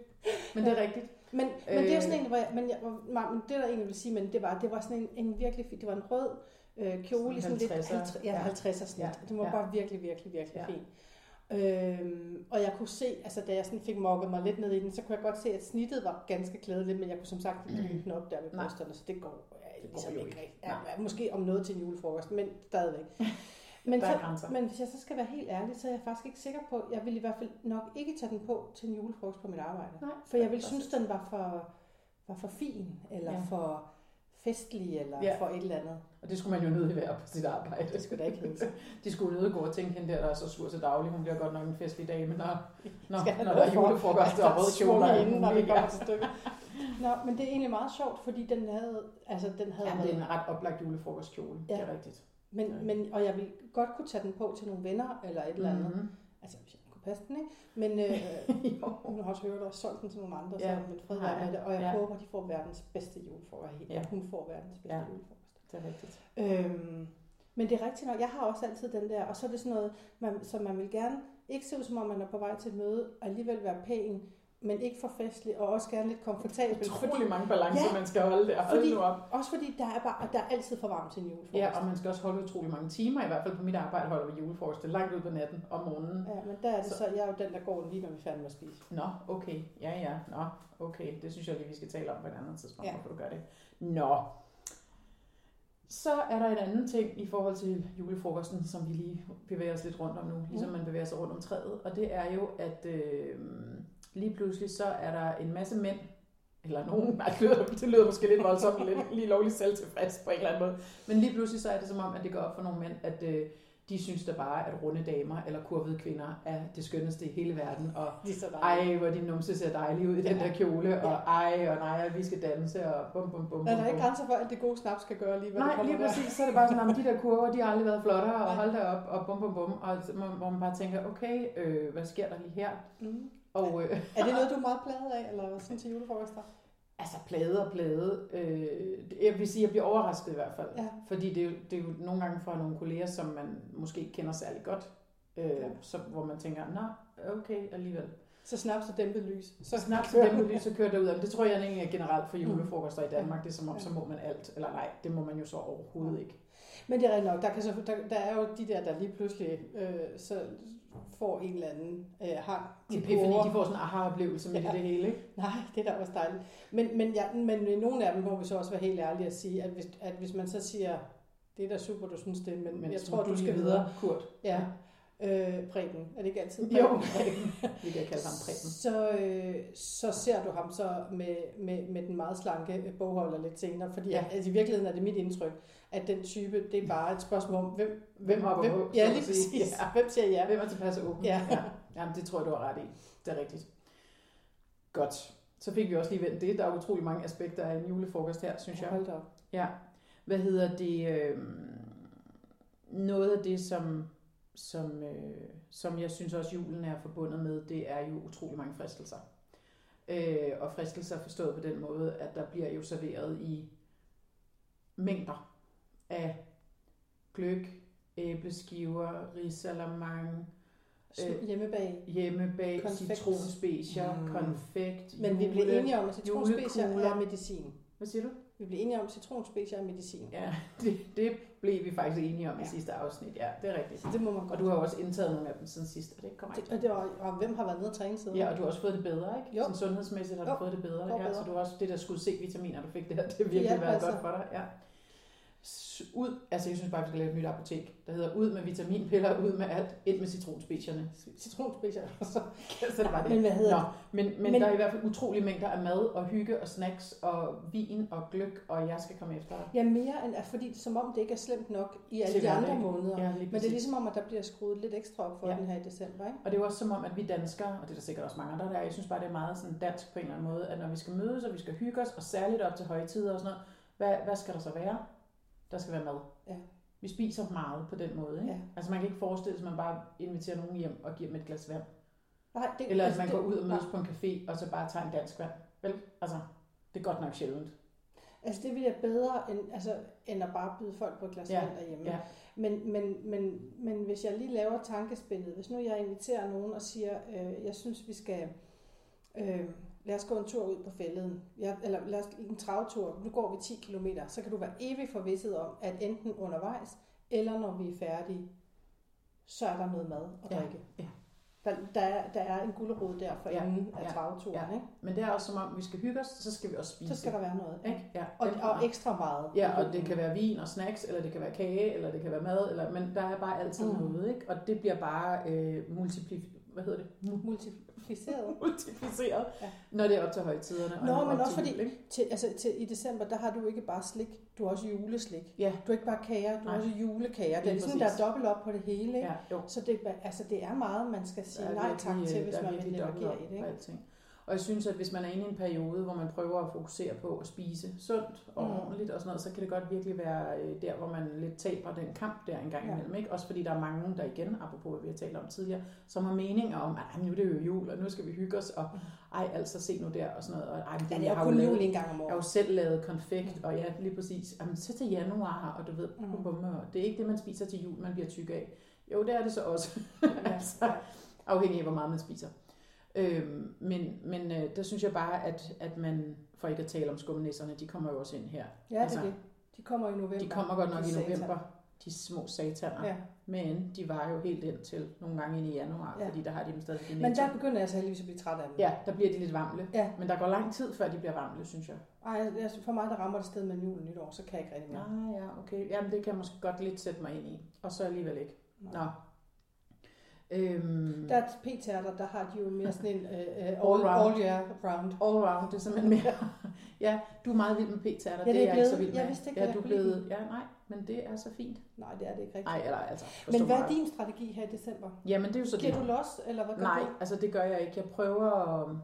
Men det er rigtigt.
men, men det er
Øh.
jo sådan en, hvor jeg, men, jeg, hvor- nej, men det der egentlig vil sige, men det var, det var sådan en, en virkelig fin, det var en rød øh, kjole,
Sådan
sådan, sådan
50'er.
lidt 50'er, ja,
Ja.
50'er snit.
Ja,
Ja. Det var
ja.
ja. bare virkelig, virkelig, virkelig
Ja.
ja. fint. Øhm, og jeg kunne se, altså da jeg sådan fik mokket mig lidt ned i den, så kunne jeg godt se, at snittet var ganske klædeligt, men jeg kunne som sagt ikke lytte den op der ved
Nej.
brysterne, så det går, ja,
Det går
ligesom
jo
ikke
ikke.
rigtigt. Ja, måske om noget til en julefrokost, men stadigvæk. Men,
Der er
så,
grænser.
men hvis jeg så skal være helt ærlig, så er jeg faktisk ikke sikker på, jeg ville i hvert fald nok ikke tage den på til en julefrokost på mit arbejde.
Nej,
For jeg ville
præcis.
synes, den var for, var for fin, eller
Ja.
ja. for, festlige eller
Ja.
ja. for et eller andet.
Og det skulle man jo nødig være på sit arbejde.
Det skulle da ikke hedde sig.
De skulle nødig gå og tænke, hende der, der er så sur til daglig, hun bliver godt nok en festlig dame, når, når,
Skal jeg
når
love
der er
for,
julefrokost og rød kjole og alt
inden, når vi
muligt.
kommer til stykket. Nå, men det er egentlig meget sjovt, fordi den havde, altså den havde,
Ja, det er en ret oplagt julefrostkjole, ja. det er rigtigt.
men, men, og jeg ville godt kunne tage den på til nogle venner eller et eller andet.
Mm-hmm.
Altså, hvis jeg kunne passe den, ikke? Men øh, hun har også hørt, og solgt den til nogle andre,
Ja.
ja. så min fred være
Nej.
med det. Og jeg
Ja.
ja. håber, de får verdens bedste julefrokost. Helt.
Ja.
Hun får verdens bedste
Ja.
ja. julefrokost.
det er rigtigt.
Øhm, men det er rigtigt nok, jeg har også altid den der, og så er det sådan noget, man, som man vil gerne ikke se ud som om, man er på vej til et møde, og alligevel være pæn, men ikke for festlig, og også gerne lidt komfortabel. Fordi,
Utrolig mange balancer, ja. man skal holde der. Hold
Fordi-
nu op.
også fordi der er, bare, og der er altid for varmt til en julefrokost.
Ja, og man skal også holde utrolig mange timer, i hvert fald på mit arbejde holder vi julefrokost Det er langt ud på natten om morgenen.
ja, men der er det
Så-
så, jeg er jo den, der går den lige, når vi er færdige med at spise.
Nå, okay. Ja, ja. Nå, okay. Det synes jeg lige, vi skal tale om på et andet tidspunkt,
Ja.
hvorfor du gør det. Nå. Så er der en anden ting i forhold til julefrokosten, som vi lige bevæger os lidt rundt om nu, ligesom man bevæger sig rundt om træet, og det er jo, at øh, lige pludselig så er der en masse mænd, eller nogen, nej, det lyder, det lyder måske lidt voldsomt, lidt, lige lovligt selvtilfreds på en eller anden måde, men lige pludselig så er det som om, at det går op for nogle mænd, at øh, de synes da bare, at runde damer eller kurvede kvinder er det skønneste i hele verden, og
Det er så
ej, hvor din numse ser dejlig ud i ja. den
Ja.
der kjole, og
Ja.
ej, og nej, og vi skal danse, og bum, bum, bum, bum,
Er der
bum.
ikke grænser for, at det gode snaps skal gøre lige, hvad det
Nej,
kommer
lige
der?
præcis, så er det bare sådan, at de der kurver, de har aldrig været flottere, og
Nej.
hold da op, og bum, bum, bum, og så må- hvor man bare tænker, okay, øh, hvad sker der lige her?
Mm.
Og øh,
Er det noget, du er meget pladet af, eller sådan til julefrokoster?
altså, plade og plade, øh, jeg vil sige, jeg bliver overrasket i hvert fald,
Ja.
fordi det, er jo- det er jo nogle gange fra nogle kolleger, som man måske ikke kender særlig godt, øh,
Ja.
så, hvor man tænker, nå, okay, alligevel.
Så snaps og dæmpet lys.
Så snart så dem lys, så kører derud. Men det tror jeg egentlig er generelt
Mm.
for julefrokoster i Danmark. Det er som om, så må man alt. Eller nej, det må man jo så overhovedet ikke.
Men det er rigtigt nok, der, kan så, der, der er jo de der, der lige pludselig øh, så får en eller anden øh, hang.
Det
til
er fordi,
kurver.
de får sådan en aha-oplevelse midt i
Ja.
det hele. Ikke?
Nej, det er da også dejligt. Men, men, ja, men ved nogle af dem må vi så også være helt ærlige at sige, at hvis, at hvis man så siger, det er da super, du synes det, men, men jeg
så
tror,
må
du, skal
lige
videre.
Kurt.
Ja. Øh, Preben, er det ikke altid
Jo, vi kan kalde ham Preben.
Så, øh, så ser du ham så med, med, med den meget slanke bogholder lidt senere, fordi
Ja.
ja. altså, i virkeligheden er det mit indtryk, at den type, det er bare et spørgsmål om, hvem,
Hvem hopper
hvem,
på, så
Ja,
at
lige
sige.
præcis.
Ja.
Ja. Hvem siger ja?
Ja, hvem er tilpas åben?
Ja.
ja. Jamen, det tror jeg, du har ret i. Det er rigtigt. Godt. Så fik vi også lige vendt det. Der er utrolig mange aspekter af en julefrokost her, synes jeg.
Hold da op.
Hvad hedder det? Øh, noget af det, som, som, øh, som jeg synes også julen er forbundet med, det er jo utrolig mange fristelser. Øh, og fristelser forstået på den måde, at der bliver jo serveret i mængder af gløk, æbleskiver, risalamang,
Øh. Hjemmebag.
hjemmebag,
Konfekt.
citronspecier,
Mm.
konfekt,
Men vi blev
jule-
enige om, at citronspecier
julekugler.
er medicin.
Hvad siger du?
Vi blev enige om, at citronspecier er medicin.
Ja, det, det blev vi faktisk enige om ja. i
Ja.
sidste afsnit. Ja, det er rigtigt.
Så Altså, det må man
Og
godt.
du har jo også indtaget nogle af dem siden sidst, er det ikke korrekt?
Det- Og, det var, og hvem har været nede og træne siden?
Ja, og du har også fået det bedre, ikke?
Jo.
Sådan sundhedsmæssigt har du
Jo,
fået det bedre.
går
Ja, så
bedre.
du har også det der skulle C-vitaminer, du fik der, det har virkelig
hjælper
været
altså.
godt for dig. Ja. S- Ud, altså jeg synes bare, vi skal lave et nyt apotek, der hedder ud med vitaminpiller, ud med alt, et med citronspecierne.
Citronspecier. Så,
Så det var det.
men hvad hedder
Nå,
det?
men, men, men,
Men-
der er i hvert fald utrolige mængder af mad og hygge og snacks og vin og gløk, og jeg skal komme efter dig.
Ja, mere end, at- fordi som om det ikke er slemt nok i alle
Til
de andre
hverdag.
måneder.
Ja, lige
Men det er
præcis.
ligesom om, at der bliver skruet lidt ekstra op for
Ja.
ja. den her i december, ikke?
Og det er jo også som om, at vi danskere, og det er der sikkert også mange andre, der er, jeg synes bare, det er meget sådan dansk på en eller anden måde, at når vi skal mødes, og vi skal hygge os, og særligt op til højtider og sådan noget, hvad, hvad skal der så være? Der skal være mad.
Ja.
Vi spiser meget på den måde. Ikke?
Ja.
Altså man kan ikke forestille sig, at man bare inviterer nogen hjem og giver dem et glas vand.
Nej, det, altså
Eller at man
det,
går ud og mødes
nej.
på en café, og så bare tager en dansk vand. Vel? Altså, det er godt nok sjældent.
Altså det ville jeg bedre, end, altså, end at bare byde folk på et glas
Ja,
vand derhjemme.
ja.
Men, men, men, men hvis jeg lige laver tankespillet, hvis nu jeg inviterer nogen og siger, øh, jeg synes vi skal, øh, lad os gå en tur ud på fælleden, jeg, eller lad os en travtur, nu går vi 10 km, så kan du være evig forvisset om, at enten undervejs, eller når vi er færdige, så er der noget mad og
Ja,
drikke.
ja.
Der, der, er, der er en gulerod der for
Ja,
enden af
ja,
travturen,
ja.
ikke?
Men det er også som om, vi skal hygge os, så skal vi også spise.
så skal der være noget. Ikke?
Ikke? Ja,
Og,
den-
og ekstra meget.
Ja, og det kan være vin og snacks, eller det kan være kage, eller det kan være mad, eller, men der er bare altid mm.
Mm.
noget, ikke? Og det bliver bare øh, multipli- hvad hedder det, Mu-
multipliceret.
multipliceret,
Ja.
ja. når det er op til højtiderne. og
Nå,
op
men
til
også fordi-
jul, ikke?
til, altså, til, I december, der har du ikke bare slik, du har også juleslik.
Ja.
Du har ikke bare kager, du
Nej.
har også julekager. Det er
Lige
ligesom, der er
præcis.
dobbelt op på det hele. Ikke?
Ja, jo.
Så det, er- altså, det er meget, man skal sige
Der er
nej tak
virkelig,
til,
øh,
hvis
der er
man vil
virkelig dobbelt
navigere
op
i det.
på
Ikke?
Alting. Og jeg synes, at hvis man er inde i en periode, hvor man prøver at fokusere på at spise sundt og
Mm.
mm. ordentligt og sådan noget, så kan det godt virkelig være øh, der, hvor man lidt taber den kamp der en gang
Ja.
imellem. Ikke? Også fordi der er mange, der igen, apropos hvad vi har talt om tidligere, som har meninger om, at nu er det jo jul, og nu skal vi hygge os, og ej altså se nu der og sådan noget. Og, ej, men
Ja,
det,
det
jeg
er jo
har jo
kun jul
lavet,
en gang om
jeg har jo
året.
selv lavet konfekt, og ja, lige præcis, jamen, så til januar, og du ved,
Mm.
mm. bum, og det er ikke det, man spiser til jul, man bliver tyk af. Jo, det er det så også. altså,
Ja.
afhængig af, hvor meget man spiser. Øhm, men men øh, der synes jeg bare, at, at man, for ikke at tale om skumnisserne, de kommer jo også ind her.
Ja, det
Altså,
er det. De kommer i november.
De kommer godt nok
de
i
satan.
november, de små sataner. Ja.
Ja.
Men de var jo helt ind til nogle gange ind i januar,
Ja.
ja. fordi der har de dem stadig i
Men
Netto.
der begynder jeg så heldigvis at blive træt af dem.
Ja, der bliver de lidt varmle.
Ja.
Men der går lang tid, før de bliver varmle, synes jeg.
Ej, altså, for mig, der rammer det sted med jul og nytår, så kan jeg ikke rigtig mere.
Ah, ja, okay. Jamen, det kan jeg måske godt lidt sætte mig ind i. Og så alligevel ikke.
Nej.
Nå. Øhm,
Der er p-tærter, der har de jo mere sådan en øh, øh, all,
All
all,
round.
all year round.
all round, det er simpelthen mere. ja, du er meget vild med p-tærter,
Ja, det
det, er
er
jeg ikke så
blevet-
vild med.
jeg vidste ikke,
ja,
at jeg
du er
kunne lide
blevet, ja, nej, men det er så fint.
Nej, det er det ikke rigtigt.
Nej, eller altså, forstå
Men hvad
mig
er
ret.
din strategi her i december?
Jamen, det er jo så
Giver
det.
du los, eller hvad gør
Nej,
du?
altså det gør jeg ikke. Jeg prøver, øhm,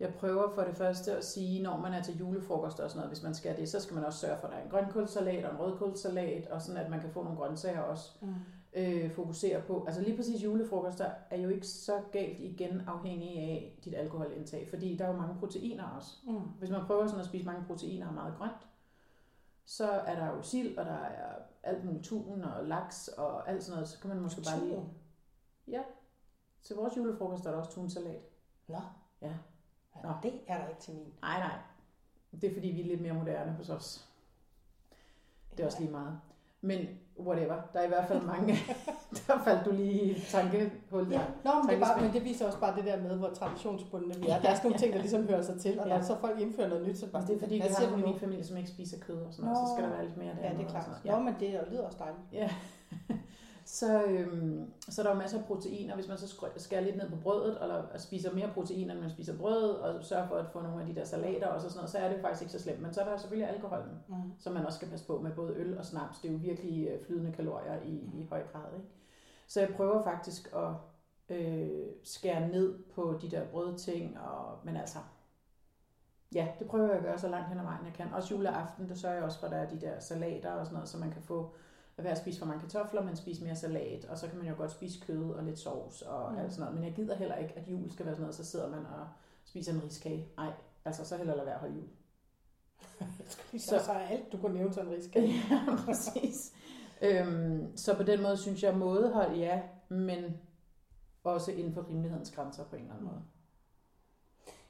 jeg prøver for det første at sige, når man er til julefrokost og sådan noget, hvis man skal det, så skal man også sørge for, at der er en grønkålsalat og en rødkålsalat, og sådan at man kan få nogle grøntsager også
Mm.
øh, fokusere på. Altså lige præcis julefrokoster er jo ikke så galt igen afhængig af dit alkoholindtag, fordi der er jo mange proteiner også.
Mm.
Hvis man prøver sådan at spise mange proteiner og meget grønt, så er der jo sild, og der er alt muligt tun og laks og alt sådan noget. Så kan man måske bare lige...
Tun?
Ja. Til vores julefrokost er der også tunsalat.
Nå.
Ja.
Ja,
Nå.
Det er der ikke til min.
Nej, nej. Det er fordi, vi er lidt mere moderne hos os. Det er også lige meget. Men whatever. Der er i hvert fald mange... der faldt du lige i et tankehul der.
Ja, Nå, men, det er bare,
Tankespil.
men det viser også bare det der med, hvor traditionsbundne vi er. Der er sådan nogle ting, der ligesom hører sig til, og
Ja.
når så folk indfører noget nyt, så er det bare
Men Det er fordi, vi
hvad siger
har
du
nogen i
nu?
min familie, som ikke spiser kød og sådan noget. Så skal
Nå.
der være lidt mere
Ja, det
dernede
er
og sådan
klart.
noget.
Nå, men det er jo- lyder også dejligt.
Ja. Så, øhm, så er der jo masser af protein, og hvis man så skr- skærer lidt ned på brødet, eller og spiser mere protein, end man spiser brød, og sørger for at få nogle af de der salater og så sådan noget, så er det faktisk ikke så slemt. Men så er der selvfølgelig alkoholen,
Mm.
som man også skal passe på med både øl og snaps. Det er jo virkelig øh, flydende kalorier i, i høj grad. Ikke? Så jeg prøver faktisk at øh, skære ned på de der brødting, og, men altså, ja, det prøver jeg at gøre så langt hen ad vejen, jeg kan. Også juleaften, der sørger jeg også for, at der er de der salater og sådan noget, så man kan få at være at spise for mange kartofler, men spise mere salat, og så kan man jo godt spise kød og lidt sovs og
Mm.
mm. alt sådan noget. Men jeg gider heller ikke, at jul skal være sådan noget, så sidder man og spiser en riskage. Nej, altså så heller lade være at holde jul.
Jeg skulle lige sige,
Så-
så er alt, du kunne nævne sådan en risk.
ja, præcis. Øhm, så på den måde synes jeg, mådehold ja, men også inden for rimelighedens grænser på en eller anden måde.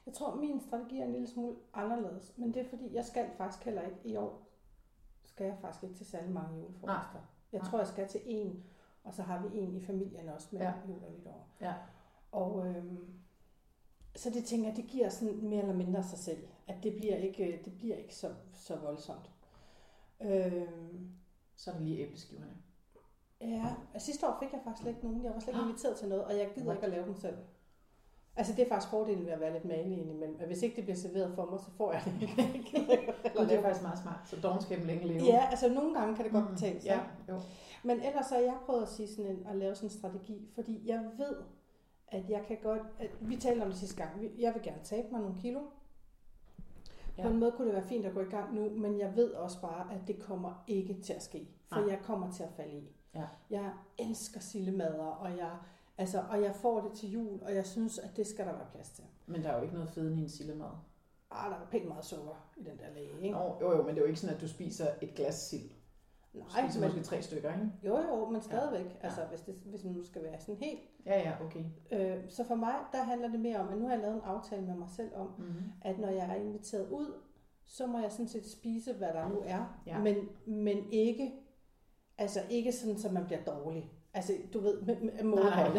Jeg tror, min strategi er en lille smule anderledes, men det er fordi, jeg skal faktisk heller ikke i år, skal jeg faktisk ikke til særlig mange julefrokoster. Jeg
Nej.
tror, jeg skal til en, og så har vi en i familien også med ja.
Ja.
jul og nytår.
Ja.
Og øhm, så det tænker jeg, det giver sådan mere eller mindre sig selv, at det bliver ikke, øh, det bliver ikke så, så voldsomt. Øhm,
Så er der lige æbleskiverne.
Ja, og sidste år fik jeg faktisk slet ikke nogen. Jeg var slet ikke
Ah.
inviteret til noget, og jeg gider
What?
ikke at lave dem selv. Altså det er faktisk fordelen ved at være lidt manlig indimellem, at hvis ikke det bliver serveret for mig, så får jeg det ikke. Jeg gider ikke at
Gud, det er
lave
faktisk meget smart, så dogenskaben længe leve.
dem. Ja, altså nogle gange kan det godt
Mm,
betale sig.
Ja, jo.
Men ellers så har jeg prøvet at, sige sådan en, at lave sådan en strategi, fordi jeg ved, at jeg kan godt... At vi talte om det sidste gang. Vi- Jeg vil gerne tabe mig nogle kilo. Ja. På
Ja.
en måde kunne det være fint at gå i gang nu, men jeg ved også bare, at det kommer ikke til at ske. For
Nej.
jeg kommer til at falde i.
Ja.
Jeg elsker sildemader, og jeg, altså, og jeg får det til jul, og jeg synes, at det skal der være plads til.
Men der er jo ikke noget fede i en sillemad.
Ah, der er pænt meget sukker i den der læge, ikke?
Nå, jo, jo, men det er jo ikke sådan, at du spiser et glas sild. Du
Nej,
spiser
men,
måske tre stykker, ikke?
jo jo, men stadigvæk. Ja.
Ja.
Altså, hvis, det, hvis man nu skal være sådan helt.
Ja, ja, okay.
Øh, så for mig, der handler det mere om, at nu har jeg lavet en aftale med mig selv om,
Mm-hmm.
at når jeg er inviteret ud, så må jeg sådan set spise, hvad der nu er, ja.
Ja.
men, men ikke, altså ikke sådan, så man bliver dårlig. Altså, du ved, med, med målhold.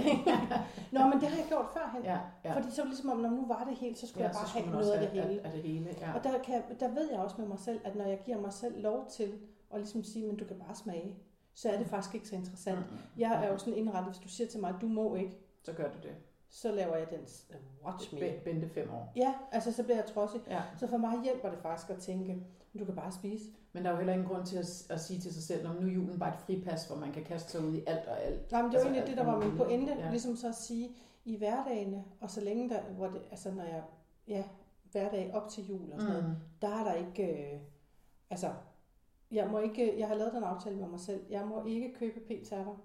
Nå, men det har jeg gjort førhen. Ja.
ja, ja.
Fordi så var det ligesom, om, når nu var det helt, så skulle ja,
ja,
jeg bare
så skulle
have
man
noget
også
af det hele.
Af, af det hele, ja.
Og der, kan, jeg- der ved jeg også med mig selv, at når jeg giver mig selv lov til at ligesom sige, men du kan bare smage, så er det faktisk ikke så interessant.
Mm, mm.
Jeg er jo sådan indrettet, hvis du siger til mig, du må ikke,
Så gør du det.
så laver jeg den s- øh, watch me.
Ben- Bente fem år.
Ja, altså så bliver jeg trodsig.
Ja.
Så for mig hjælper det faktisk at tænke, du kan bare spise.
Men der er jo heller ingen grund til at, s- at sige til sig selv, om nu er julen bare et fripas, hvor man kan kaste sig ud i alt og alt.
Nej, men
Altså,
det var egentlig
alt
det, der var min
muligt.
pointe.
Ja.
Ja. Ligesom så at sige, i hverdagene, og så længe der, hvor det, altså når jeg, ja, hverdag op til jul og sådan noget,
Mm.
der er der ikke, øh, altså, jeg må ikke, jeg har lavet den aftale med mig selv, jeg må ikke købe p-terter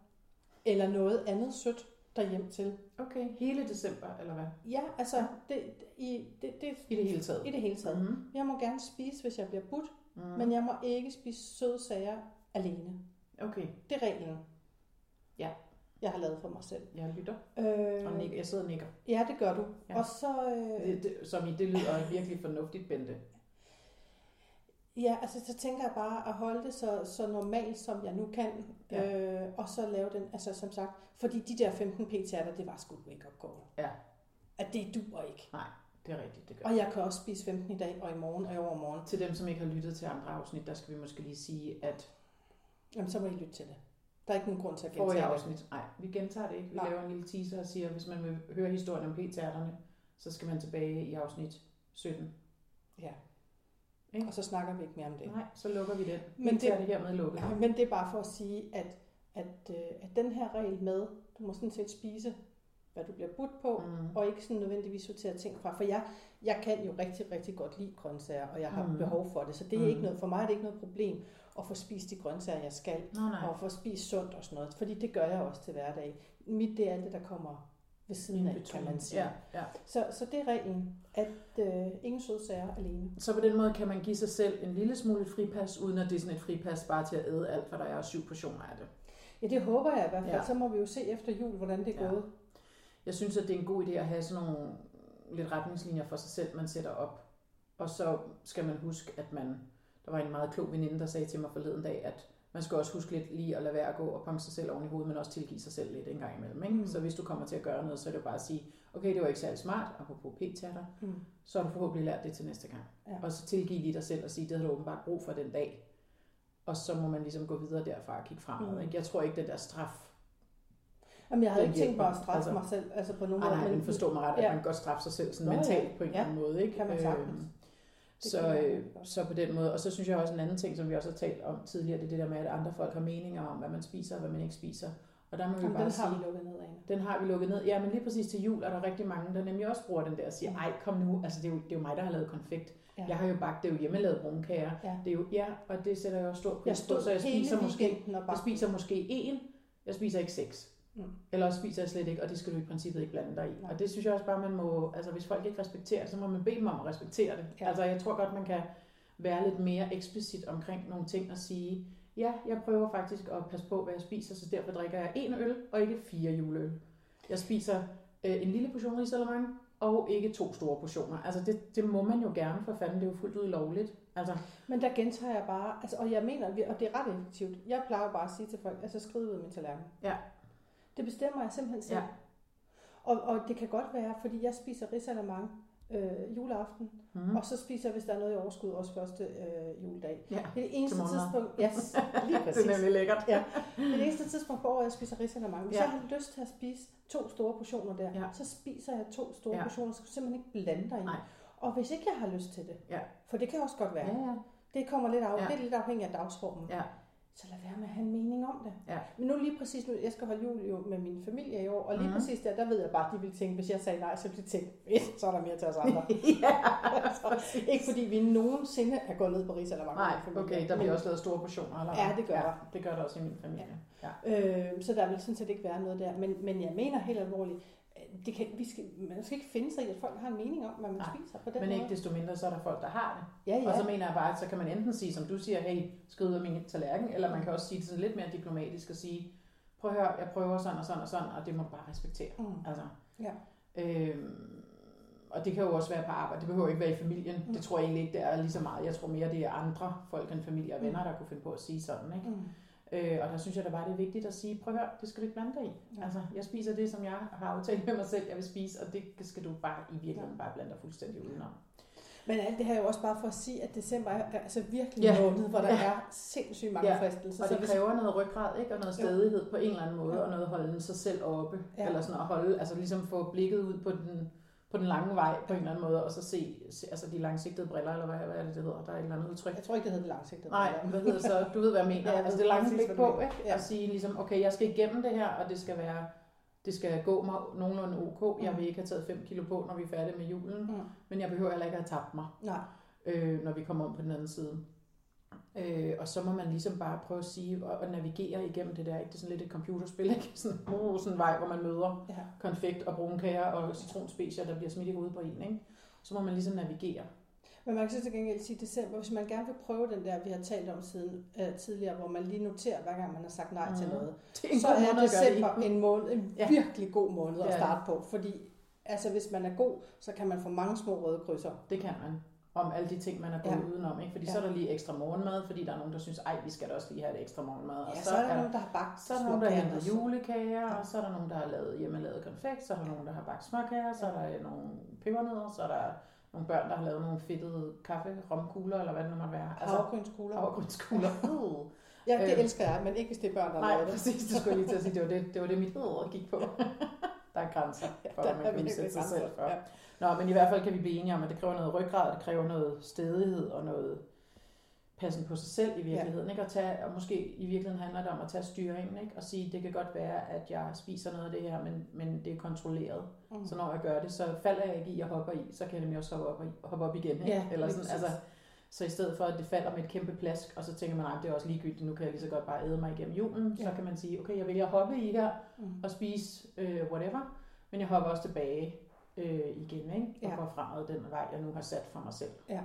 eller noget andet sødt derhjem til.
Okay, hele december, eller hvad?
Ja, altså, det, det- i, det, det,
I det hele taget.
i det hele taget.
Mm.
Jeg må gerne spise, hvis jeg bliver budt,
Mm.
men jeg må ikke spise søde sager alene.
Okay,
Det er reglen,
Ja.
jeg har lavet for mig selv.
jeg lytter og
Øh,
nikker. Jeg sidder og nikker.
ja, det gør du.
Ja.
Ja. Og så, øh,
Det, det, som i, det lyder virkelig fornuftigt, Bente.
ja, altså, så tænker jeg bare at holde det så, så normalt, som jeg nu kan.
Ja.
Ja. Øh, og så lave den, altså som sagt, fordi de der 15 p-terter, det var sgu ikke opgave.
Ja.
At det duer ikke.
Det er rigtigt, det gør.
Og jeg kan også spise 15 i dag, og i morgen, og i overmorgen.
Til dem, som ikke har lyttet til andre afsnit, der skal vi måske lige sige, at
Jamen, så må I lytte til det. Der er ikke nogen grund til at
forrige
gentage det.
afsnit, nej, vi gentager det ikke. Vi
Nej.
laver en lille teaser og siger, at hvis man vil høre historien om p-tærterne, så skal man tilbage i afsnit 17.
Ja.
Ikke?
Og så snakker vi ikke mere om det.
Nej, så lukker vi den.
Men
Men det
det-
er det hermed lukket.
Men det er bare for at sige, at, at, øh, at den her regel med, du må sådan set spise, hvad du bliver budt på,
Mm.
og ikke sådan nødvendigvis sortere ting fra. For jeg, jeg kan jo rigtig, rigtig godt lide grøntsager, og jeg har
Mm.
mm. behov for det. Så det er
Mm.
mm. ikke noget, for mig er det ikke noget problem at få spist de grøntsager, jeg skal,
Nå, nej.
og få spist sundt og sådan noget. Fordi det gør jeg også til hverdag. Mit, det er alt det, der kommer ved siden af, kan man sige.
Ja, ja.
Så, så det er reglen, at øh, ingen søde sager alene.
Så på den måde kan man give sig selv en lille smule et fripas, uden at det er sådan et fripas bare til at æde alt, for der er og syv portioner af det.
Ja, det håber jeg i hvert fald.
Ja.
Ja. Så må vi jo se efter jul, hvordan det er
Ja.
gået.
Jeg synes, at det er en god idé at have sådan nogle lidt retningslinjer for sig selv, man sætter op. Og så skal man huske, at man... Der var en meget klog veninde, der sagde til mig forleden dag, at man skal også huske lidt lige at lade være at gå og pumpe sig selv oven i hovedet, men også tilgive sig selv lidt en gang imellem. Ikke? Mm.
Mm.
Så hvis du kommer til at gøre noget, så er det jo bare at sige, okay, det var ikke særlig smart, apropos p-tatter,
Mm.
så har du forhåbentlig lært det til næste gang.
Ja.
Og så tilgive lige dig selv og sige, det har du åbenbart brug for den dag. Og så må man ligesom gå videre derfra og kigge fremad.
Mm.
Ikke? Jeg tror ikke, den der straf
Jamen, jeg havde
Den
ikke tænkt mig at
hjælper.
straffe
Altså-
mig selv altså på nogen
Nej,
måde.
nej,
men-
men forstå mig ret, at
Ja.
man kan godt straffe sig selv sådan
Nå, ja.
mentalt på en eller
Ja,
anden måde. Ikke?
kan man sagtens.
Øhm,
Det
så,
kan man
øh,
godt.
så på den måde. Og så synes jeg også en anden ting, som vi også har talt om tidligere, det er det der med, at andre folk har meninger om, hvad man spiser og hvad man ikke spiser. Og der må vi
Jamen,
bare
den
sige,
har vi lukket ned af.
den har vi lukket ned. Ja, men lige præcis til jul er der rigtig mange, der nemlig også bruger den der og siger,
Mm.
ej, kom nu, altså det er jo, det er jo mig, der har lavet konfekt.
Ja.
Jeg har jo bagt, det er jo hjemmelavet brunkager.
Ja.
Det er jo, ja, og det sætter jeg også stor
Jeg
pris på,
stod
så jeg spiser
hele
måske
weekenden og
jeg
bare...
spiser måske en, jeg spiser ikke seks. Mm.
Mm.
Eller også spiser jeg slet ikke, og det skal du i princippet ikke blande dig i. Nej.
Nej.
Og det synes jeg også bare, man må, altså hvis folk ikke respekterer det, så må man bede dem om at respektere det. Ja.
Ja.
Altså jeg tror godt, man kan være lidt mere eksplicit omkring nogle ting og sige, ja, jeg prøver faktisk at passe på, hvad jeg spiser, så derfor drikker jeg en øl og ikke fire juleøl. Jeg spiser øh, en lille portion risalemang og ikke to store portioner. Altså det, det må man jo gerne, for fanden, det er jo fuldt ud lovligt. Altså,
Men der gentager jeg bare, altså, og jeg mener, vi- og det er ret effektivt, jeg plejer bare at sige til folk, altså skriv ud af min tallerken.
Ja.
Det bestemmer jeg simpelthen selv.
Ja.
Og, og det kan godt være, fordi jeg spiser risalamande øh, juleaften,
mm.
og så spiser jeg, hvis der er noget i overskud, også første øh, juledag.
ja,
Det er det eneste
Til morgenmad.
tidspunkt, yes, lige
det
præcis.
er nemlig lækkert.
Ja. Det er det eneste tidspunkt på året, jeg spiser risalamande. Hvis
Ja.
ja. jeg har lyst til at spise to store portioner der,
Ja.
ja. så spiser jeg to store
Ja.
ja. portioner, så skal du simpelthen ikke blande dig i.
Nej.
Og hvis ikke jeg har lyst til det,
Ja.
for det kan også godt være,
Ja, ja.
det kommer lidt af,
Ja.
ja. det er lidt afhængigt af dagsformen,
Ja.
så lad være med at have en mening om det.
Ja.
Men nu lige præcis, nu, jeg skal holde jul jo med min familie i år, og lige
Mhm.
mm. præcis der, der ved jeg bare, at de ville tænke, hvis jeg sagde nej, så ville de tænke, "Fedt, så er der mere til os andre.
ja,
ikke fordi vi nogensinde er gået ned på risalamande. med
Nej,
familien,
okay, der
men-
bliver også lavet store portioner. Eller? hvad?
Ja, det gør
ja,
der.
Det gør der også i min familie. Ja.
Øh, så der vil sådan set ikke være noget der. Men, men jeg mener helt alvorligt, øh, det kan, vi skal, man skal ikke finde sig i, at folk har en mening om, hvad man
Nej,
spiser på
ja.
den
Men
måde.
ikke desto mindre, så er der folk, der har det. altså,
ja, ja.
Og så mener jeg bare, at så kan man enten sige, som du siger, hey, skrid ud af min tallerken, eller man kan også sige det sådan lidt mere diplomatisk og sige, prøv at høre, jeg prøver sådan og sådan og sådan, og det må du bare respektere.
mm.
Altså,
Ja.
øhm, og det kan jo også være på arbejde. Det behøver ikke være i familien. Mm.
Mm.
Det tror jeg egentlig ikke, det er lige så meget. Jeg tror mere, det er andre folk end familie og venner, der kunne finde på at sige sådan. Ikke?
Mm.
Øh, og der synes jeg da bare, det er vigtigt at sige, prøv at høre, det skal du ikke blande dig i.
Ja.
Altså, jeg spiser det, som jeg har aftalt med mig selv, jeg vil spise, og det skal du bare i virkeligheden bare blande dig fuldstændig udenom.
Men alt det her er jo også bare for at sige, at december er altså virkelig
Ja.
en måned, hvor der
Ja.
er sindssygt mange
Ja.
fristelser.
Og
Så
det
hvis,
kræver noget ryggrad, ikke? Og noget stedighed på en eller anden måde,
Jo.
og noget holden sig selv oppe.
Ja.
Ja. Eller sådan at holde, altså ligesom få blikket ud på den, på den lange vej på en eller anden måde, og så se, se altså de langsigtede briller, eller hvad, hvad er det, det hedder? Der er et eller andet udtryk.
jeg tror ikke, det hedder det langsigtede.
Nej,
briller.
hvad hedder så? Du ved, hvad jeg mener.
Ja,
Ja,
jeg
altså
ved
det lange
præcis,
blik
hvad
på,
du mener.
ikke?
Ja.
Ja. At sige ligesom, okay, jeg skal igennem det her, og det skal være det skal gå mig nogenlunde ok. Jeg vil ikke have taget 5 kilo på, når vi er færdige med julen.
Mm.
Men jeg behøver heller ikke at have tabt mig
Nej,
øh, når vi kommer om på den anden side. Øh, og så må man ligesom bare prøve at sige og, og navigere igennem det der. Ikke? Det er sådan lidt et computerspil, ikke? Sådan, uh, sådan en vej, hvor man møder
ja.
konfekt og brunkager og citronspecier, der bliver smidt i hovedet på en. Ikke? Så må man ligesom navigere.
Men man kan så til gengæld sige december, hvis man gerne vil prøve den der, vi har talt om siden, øh, tidligere, hvor man lige noterer, hver gang man har sagt nej mm. til
Mhm.
noget,
Det en
så
god
er
måde at gøre det i.
december en, måned, en
Ja.
virkelig god måned
Ja,
at
ja.
starte på, fordi altså, hvis man er god, så kan man få mange små røde krydser.
Det kan man. Om alle de ting, man er gået
Ja.
ja. udenom. Ikke? Fordi
Ja.
ja. så er der lige ekstra morgenmad, fordi der er nogen, der synes, ej, vi skal da også lige have et ekstra morgenmad.
Ja, så, er der nogen, der har bagt
Så er der nogen, der har
småkager,
hentet
så-
julekager,
Ja.
og så er der nogen, der har lavet hjemmelavet konfekt, så er der
Ja.
nogen, der har bagt småkager, så er der øh, nogle pebernødder, så er der nogle børn, der har lavet nogle fedtede kaffe, romkugler, eller hvad det nu måtte være. Altså,
Havregrynskugler.
havregrynskugler.
Altså, Ja, det
Øh.
elsker jeg, men ikke hvis det er børn, der har
Nej,
lavet det.
præcis, det skulle jeg lige til at sige. Det var det, det, var det mit hoved gik på. Der er grænser for,
der
hvad
er
man kan
virkelig
udsætte sig selv
grænser,
for. Nå, men i hvert fald kan vi blive enige om, at det kræver noget ryggrad, det kræver noget stedighed og noget passen på sig selv i virkeligheden. Ikke? Og, tage, og måske i virkeligheden handler det om at tage styringen ikke? og sige, det kan godt være, at jeg spiser noget af det her, men, men det er kontrolleret.
Mm.
Så når jeg gør det, så falder jeg ikke i og hopper i, så kan jeg nemlig også hoppe op, i- hoppe op igen. Ikke?
Ja,
Eller
lige
sådan,
præcis.
altså, så i stedet for, at det falder med et kæmpe plask, og så tænker man, nej, det er også ligegyldigt, nu kan jeg lige så godt bare æde mig igennem julen,
Ja.
så kan man sige, okay, jeg vælger at hoppe i her,
Mm.
og spise øh, whatever, men jeg hopper også tilbage øh, igen, ikke? og
Ja.
ja. går fremad den vej, jeg nu har sat for mig selv.
Ja.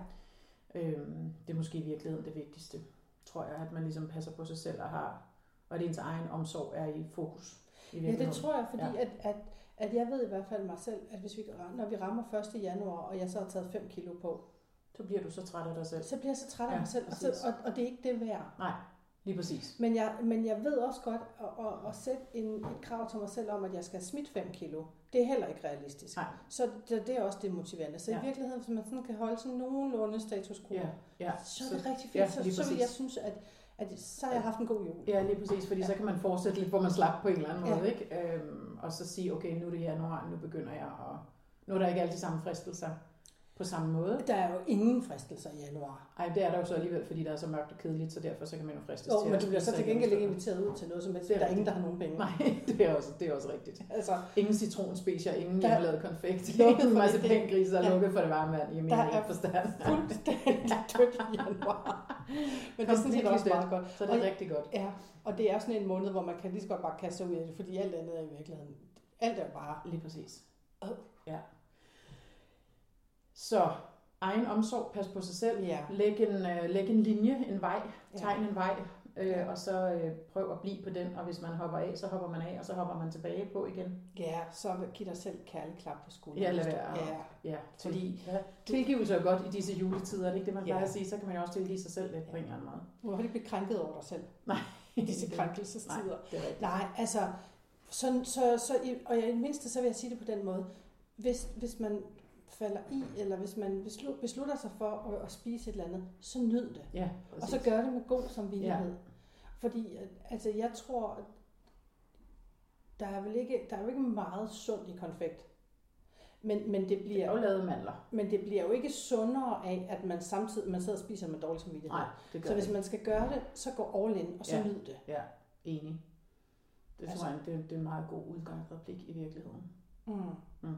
Øhm, det er måske i virkeligheden det vigtigste, tror jeg, at man ligesom passer på sig selv og har, og at ens egen omsorg er i fokus. I
Ja, det
virkeligheden.
tror jeg, fordi ja. at, at, at jeg ved i hvert fald mig selv, at hvis vi, når vi rammer 1. januar, og jeg så har taget 5 kilo på,
Så bliver du så træt af dig selv.
så bliver jeg så træt af ja,
Ja,
mig selv, og, så,
præcis.
og, og det er ikke det værd.
Lige præcis.
Men jeg, men jeg ved også godt at, at, at sætte en, et krav til mig selv om, at jeg skal have smidt 5 kilo. Det er heller ikke realistisk.
Nej.
Så det, det er også demotiverende. Så ja. i
Ja.
virkeligheden, hvis man sådan kan holde sådan nogenlunde status quo,
Ja, ja.
så er det rigtig
ja,
fint. Ja,
lige
så, så vil
præcis.
jeg synes, at, at så har jeg haft en god jul.
Ja, lige præcis, fordi så kan man fortsætte lidt, hvor man slap på en eller anden
Ja.
måde, ikke? Øhm, og så sige, okay, nu er det januar, nu begynder jeg, og nu er der ikke alle de samme fristelser på samme måde.
Der er jo ingen fristelser i januar.
Ej, det er der jo så alligevel, fordi der er så mørkt og kedeligt, så derfor så kan man jo fristes
Jo,
at
men du bliver så
spise
til gengæld ikke
igen.
inviteret ud til noget som helst.
Det
Der
er
er ingen, der har nogen penge.
Nej, det er også, det er også rigtigt.
Altså,
Ingen citronspecier, ingen
Der-
hjemmelavet konfekt,
Lukket
ingen
for
masse
det hele.
pængris og
Ja.
lukket for det varme vand. Jamen,
Der
jeg
er
er forstand.
fuldstændig dødt i januar. Men det er sådan set
Completely
også
dead.
meget godt.
Så det
Og-
er rigtig godt.
Ja, og det er sådan en måned, hvor man kan lige så godt bare kaste sig ud af det, fordi alt andet er i virkeligheden. Alt er jo bare...
Lige præcis.
Åh.
Ja. Så egen omsorg, pas på sig selv.
Ja.
Læg en, øh, læg en linje, en vej, tegn
ja.
en vej,
Ja.
øh, og så øh, prøv at blive på den, og hvis man hopper af, så hopper man af, og så hopper man tilbage på igen.
ja så giv dig selv kærlig klap på skulderen.
Ja, lad
hvis du-
være.
Ja,
Ja, fordi
ja.
tilgivelse er godt i disse juletider, er det ikke det, man
Ja.
plejer at sige? Så kan man jo også tilgive sig selv lidt på en eller anden måde.
Du må heller ikke blive krænket over dig selv i disse
Nej,
krænkelsestider.
det er rigtigt.
Nej, altså, så, så, så, i- og i det mindste, så vil jeg sige det på den måde. Hvis, hvis man falder i, eller hvis man beslu- beslutter sig for at, at spise et eller andet, så nyd det.
Ja,
Og
præcis.
så gør det med god samvittighed. Ja. Fordi at- altså, jeg tror, at der er vel ikke, der er jo ikke meget sundt i konfekt. Men, men, det
Det er
bliver,
jo lavet af mandler.
men det bliver jo ikke sundere af, at man samtidig man sidder og spiser med dårlig samvittighed.
Nej, det gør
så
det
hvis
ikke.
man skal gøre det, så gå all in, og så ja.
Ja.
nyd det.
Enig. Det
Altså-
tror jeg, det, er- det er en meget god udgangsreplik i virkeligheden.
Mm.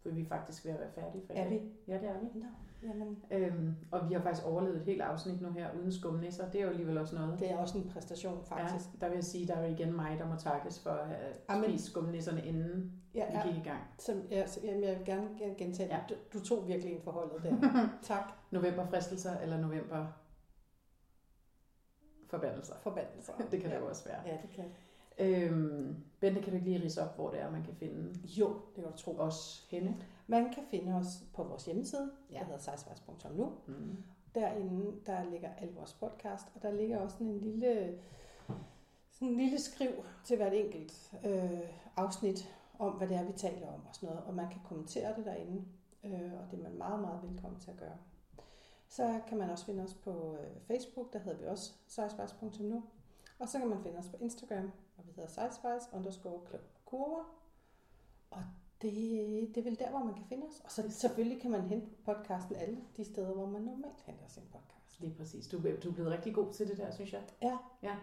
For vi er faktisk ved at være færdige for i
Er
dag.
vi?
Ja, det er vi.
Nå, jamen,
Øhm, og vi har faktisk overlevet et helt afsnit nu her uden skumnisser. Det er jo alligevel også noget.
det er også en præstation, faktisk.
Ja, der vil jeg sige, der er jo igen mig, der må takkes for at have
Amen.
spist skumnisserne, inden
Ja,
vi
ja,
gik i gang.
som, ja, som, jamen, jeg vil gerne, gerne gentage, ja.
Ja.
du, du tog virkelig en forholdet der. tak
Novemberfristelser eller november forbandelser.
for bandelser.
Det kan det
ja.
jo også være.
Ja, det kan det.
Øhm, Bente, kan du ikke lige rise op, hvor det er, man kan finde
Jo, det kan du tro.
os henne?
Man kan finde os på vores hjemmeside, ja.
Ja.
der hedder sejsvejs.nu.
Mm.
Derinde der ligger alle vores podcast, og der ligger også sådan en lille, sådan en lille skriv til hvert enkelt øh, afsnit om, hvad det er, vi taler om og sådan noget. Og man kan kommentere det derinde, øh, og det er man meget, meget velkommen til at gøre. Så kan man også finde os på øh, Facebook, der hedder vi også sejspice.nu. Og så kan man finde os på Instagram, og vi hedder sejspice underscore klub kurver. Og det, det er vel der, hvor man kan finde os. Og så selvfølgelig kan man hente podcasten alle de steder, hvor man normalt henter sin podcast.
Lige præcis. Du, er- du er blevet rigtig god til det der, synes jeg.
Ja.
Ja.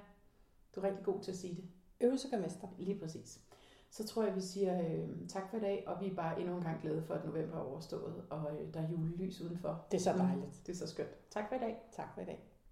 Du er rigtig god til at sige det.
Øvelse gør mester.
Lige præcis. Så tror jeg, vi siger øh, tak for i dag, og vi er bare endnu en gang glade for, at november er overstået, og øh, der er julelys udenfor.
Det er så
Mm.
dejligt.
Det er så skønt. Tak for i dag.
Tak for i dag.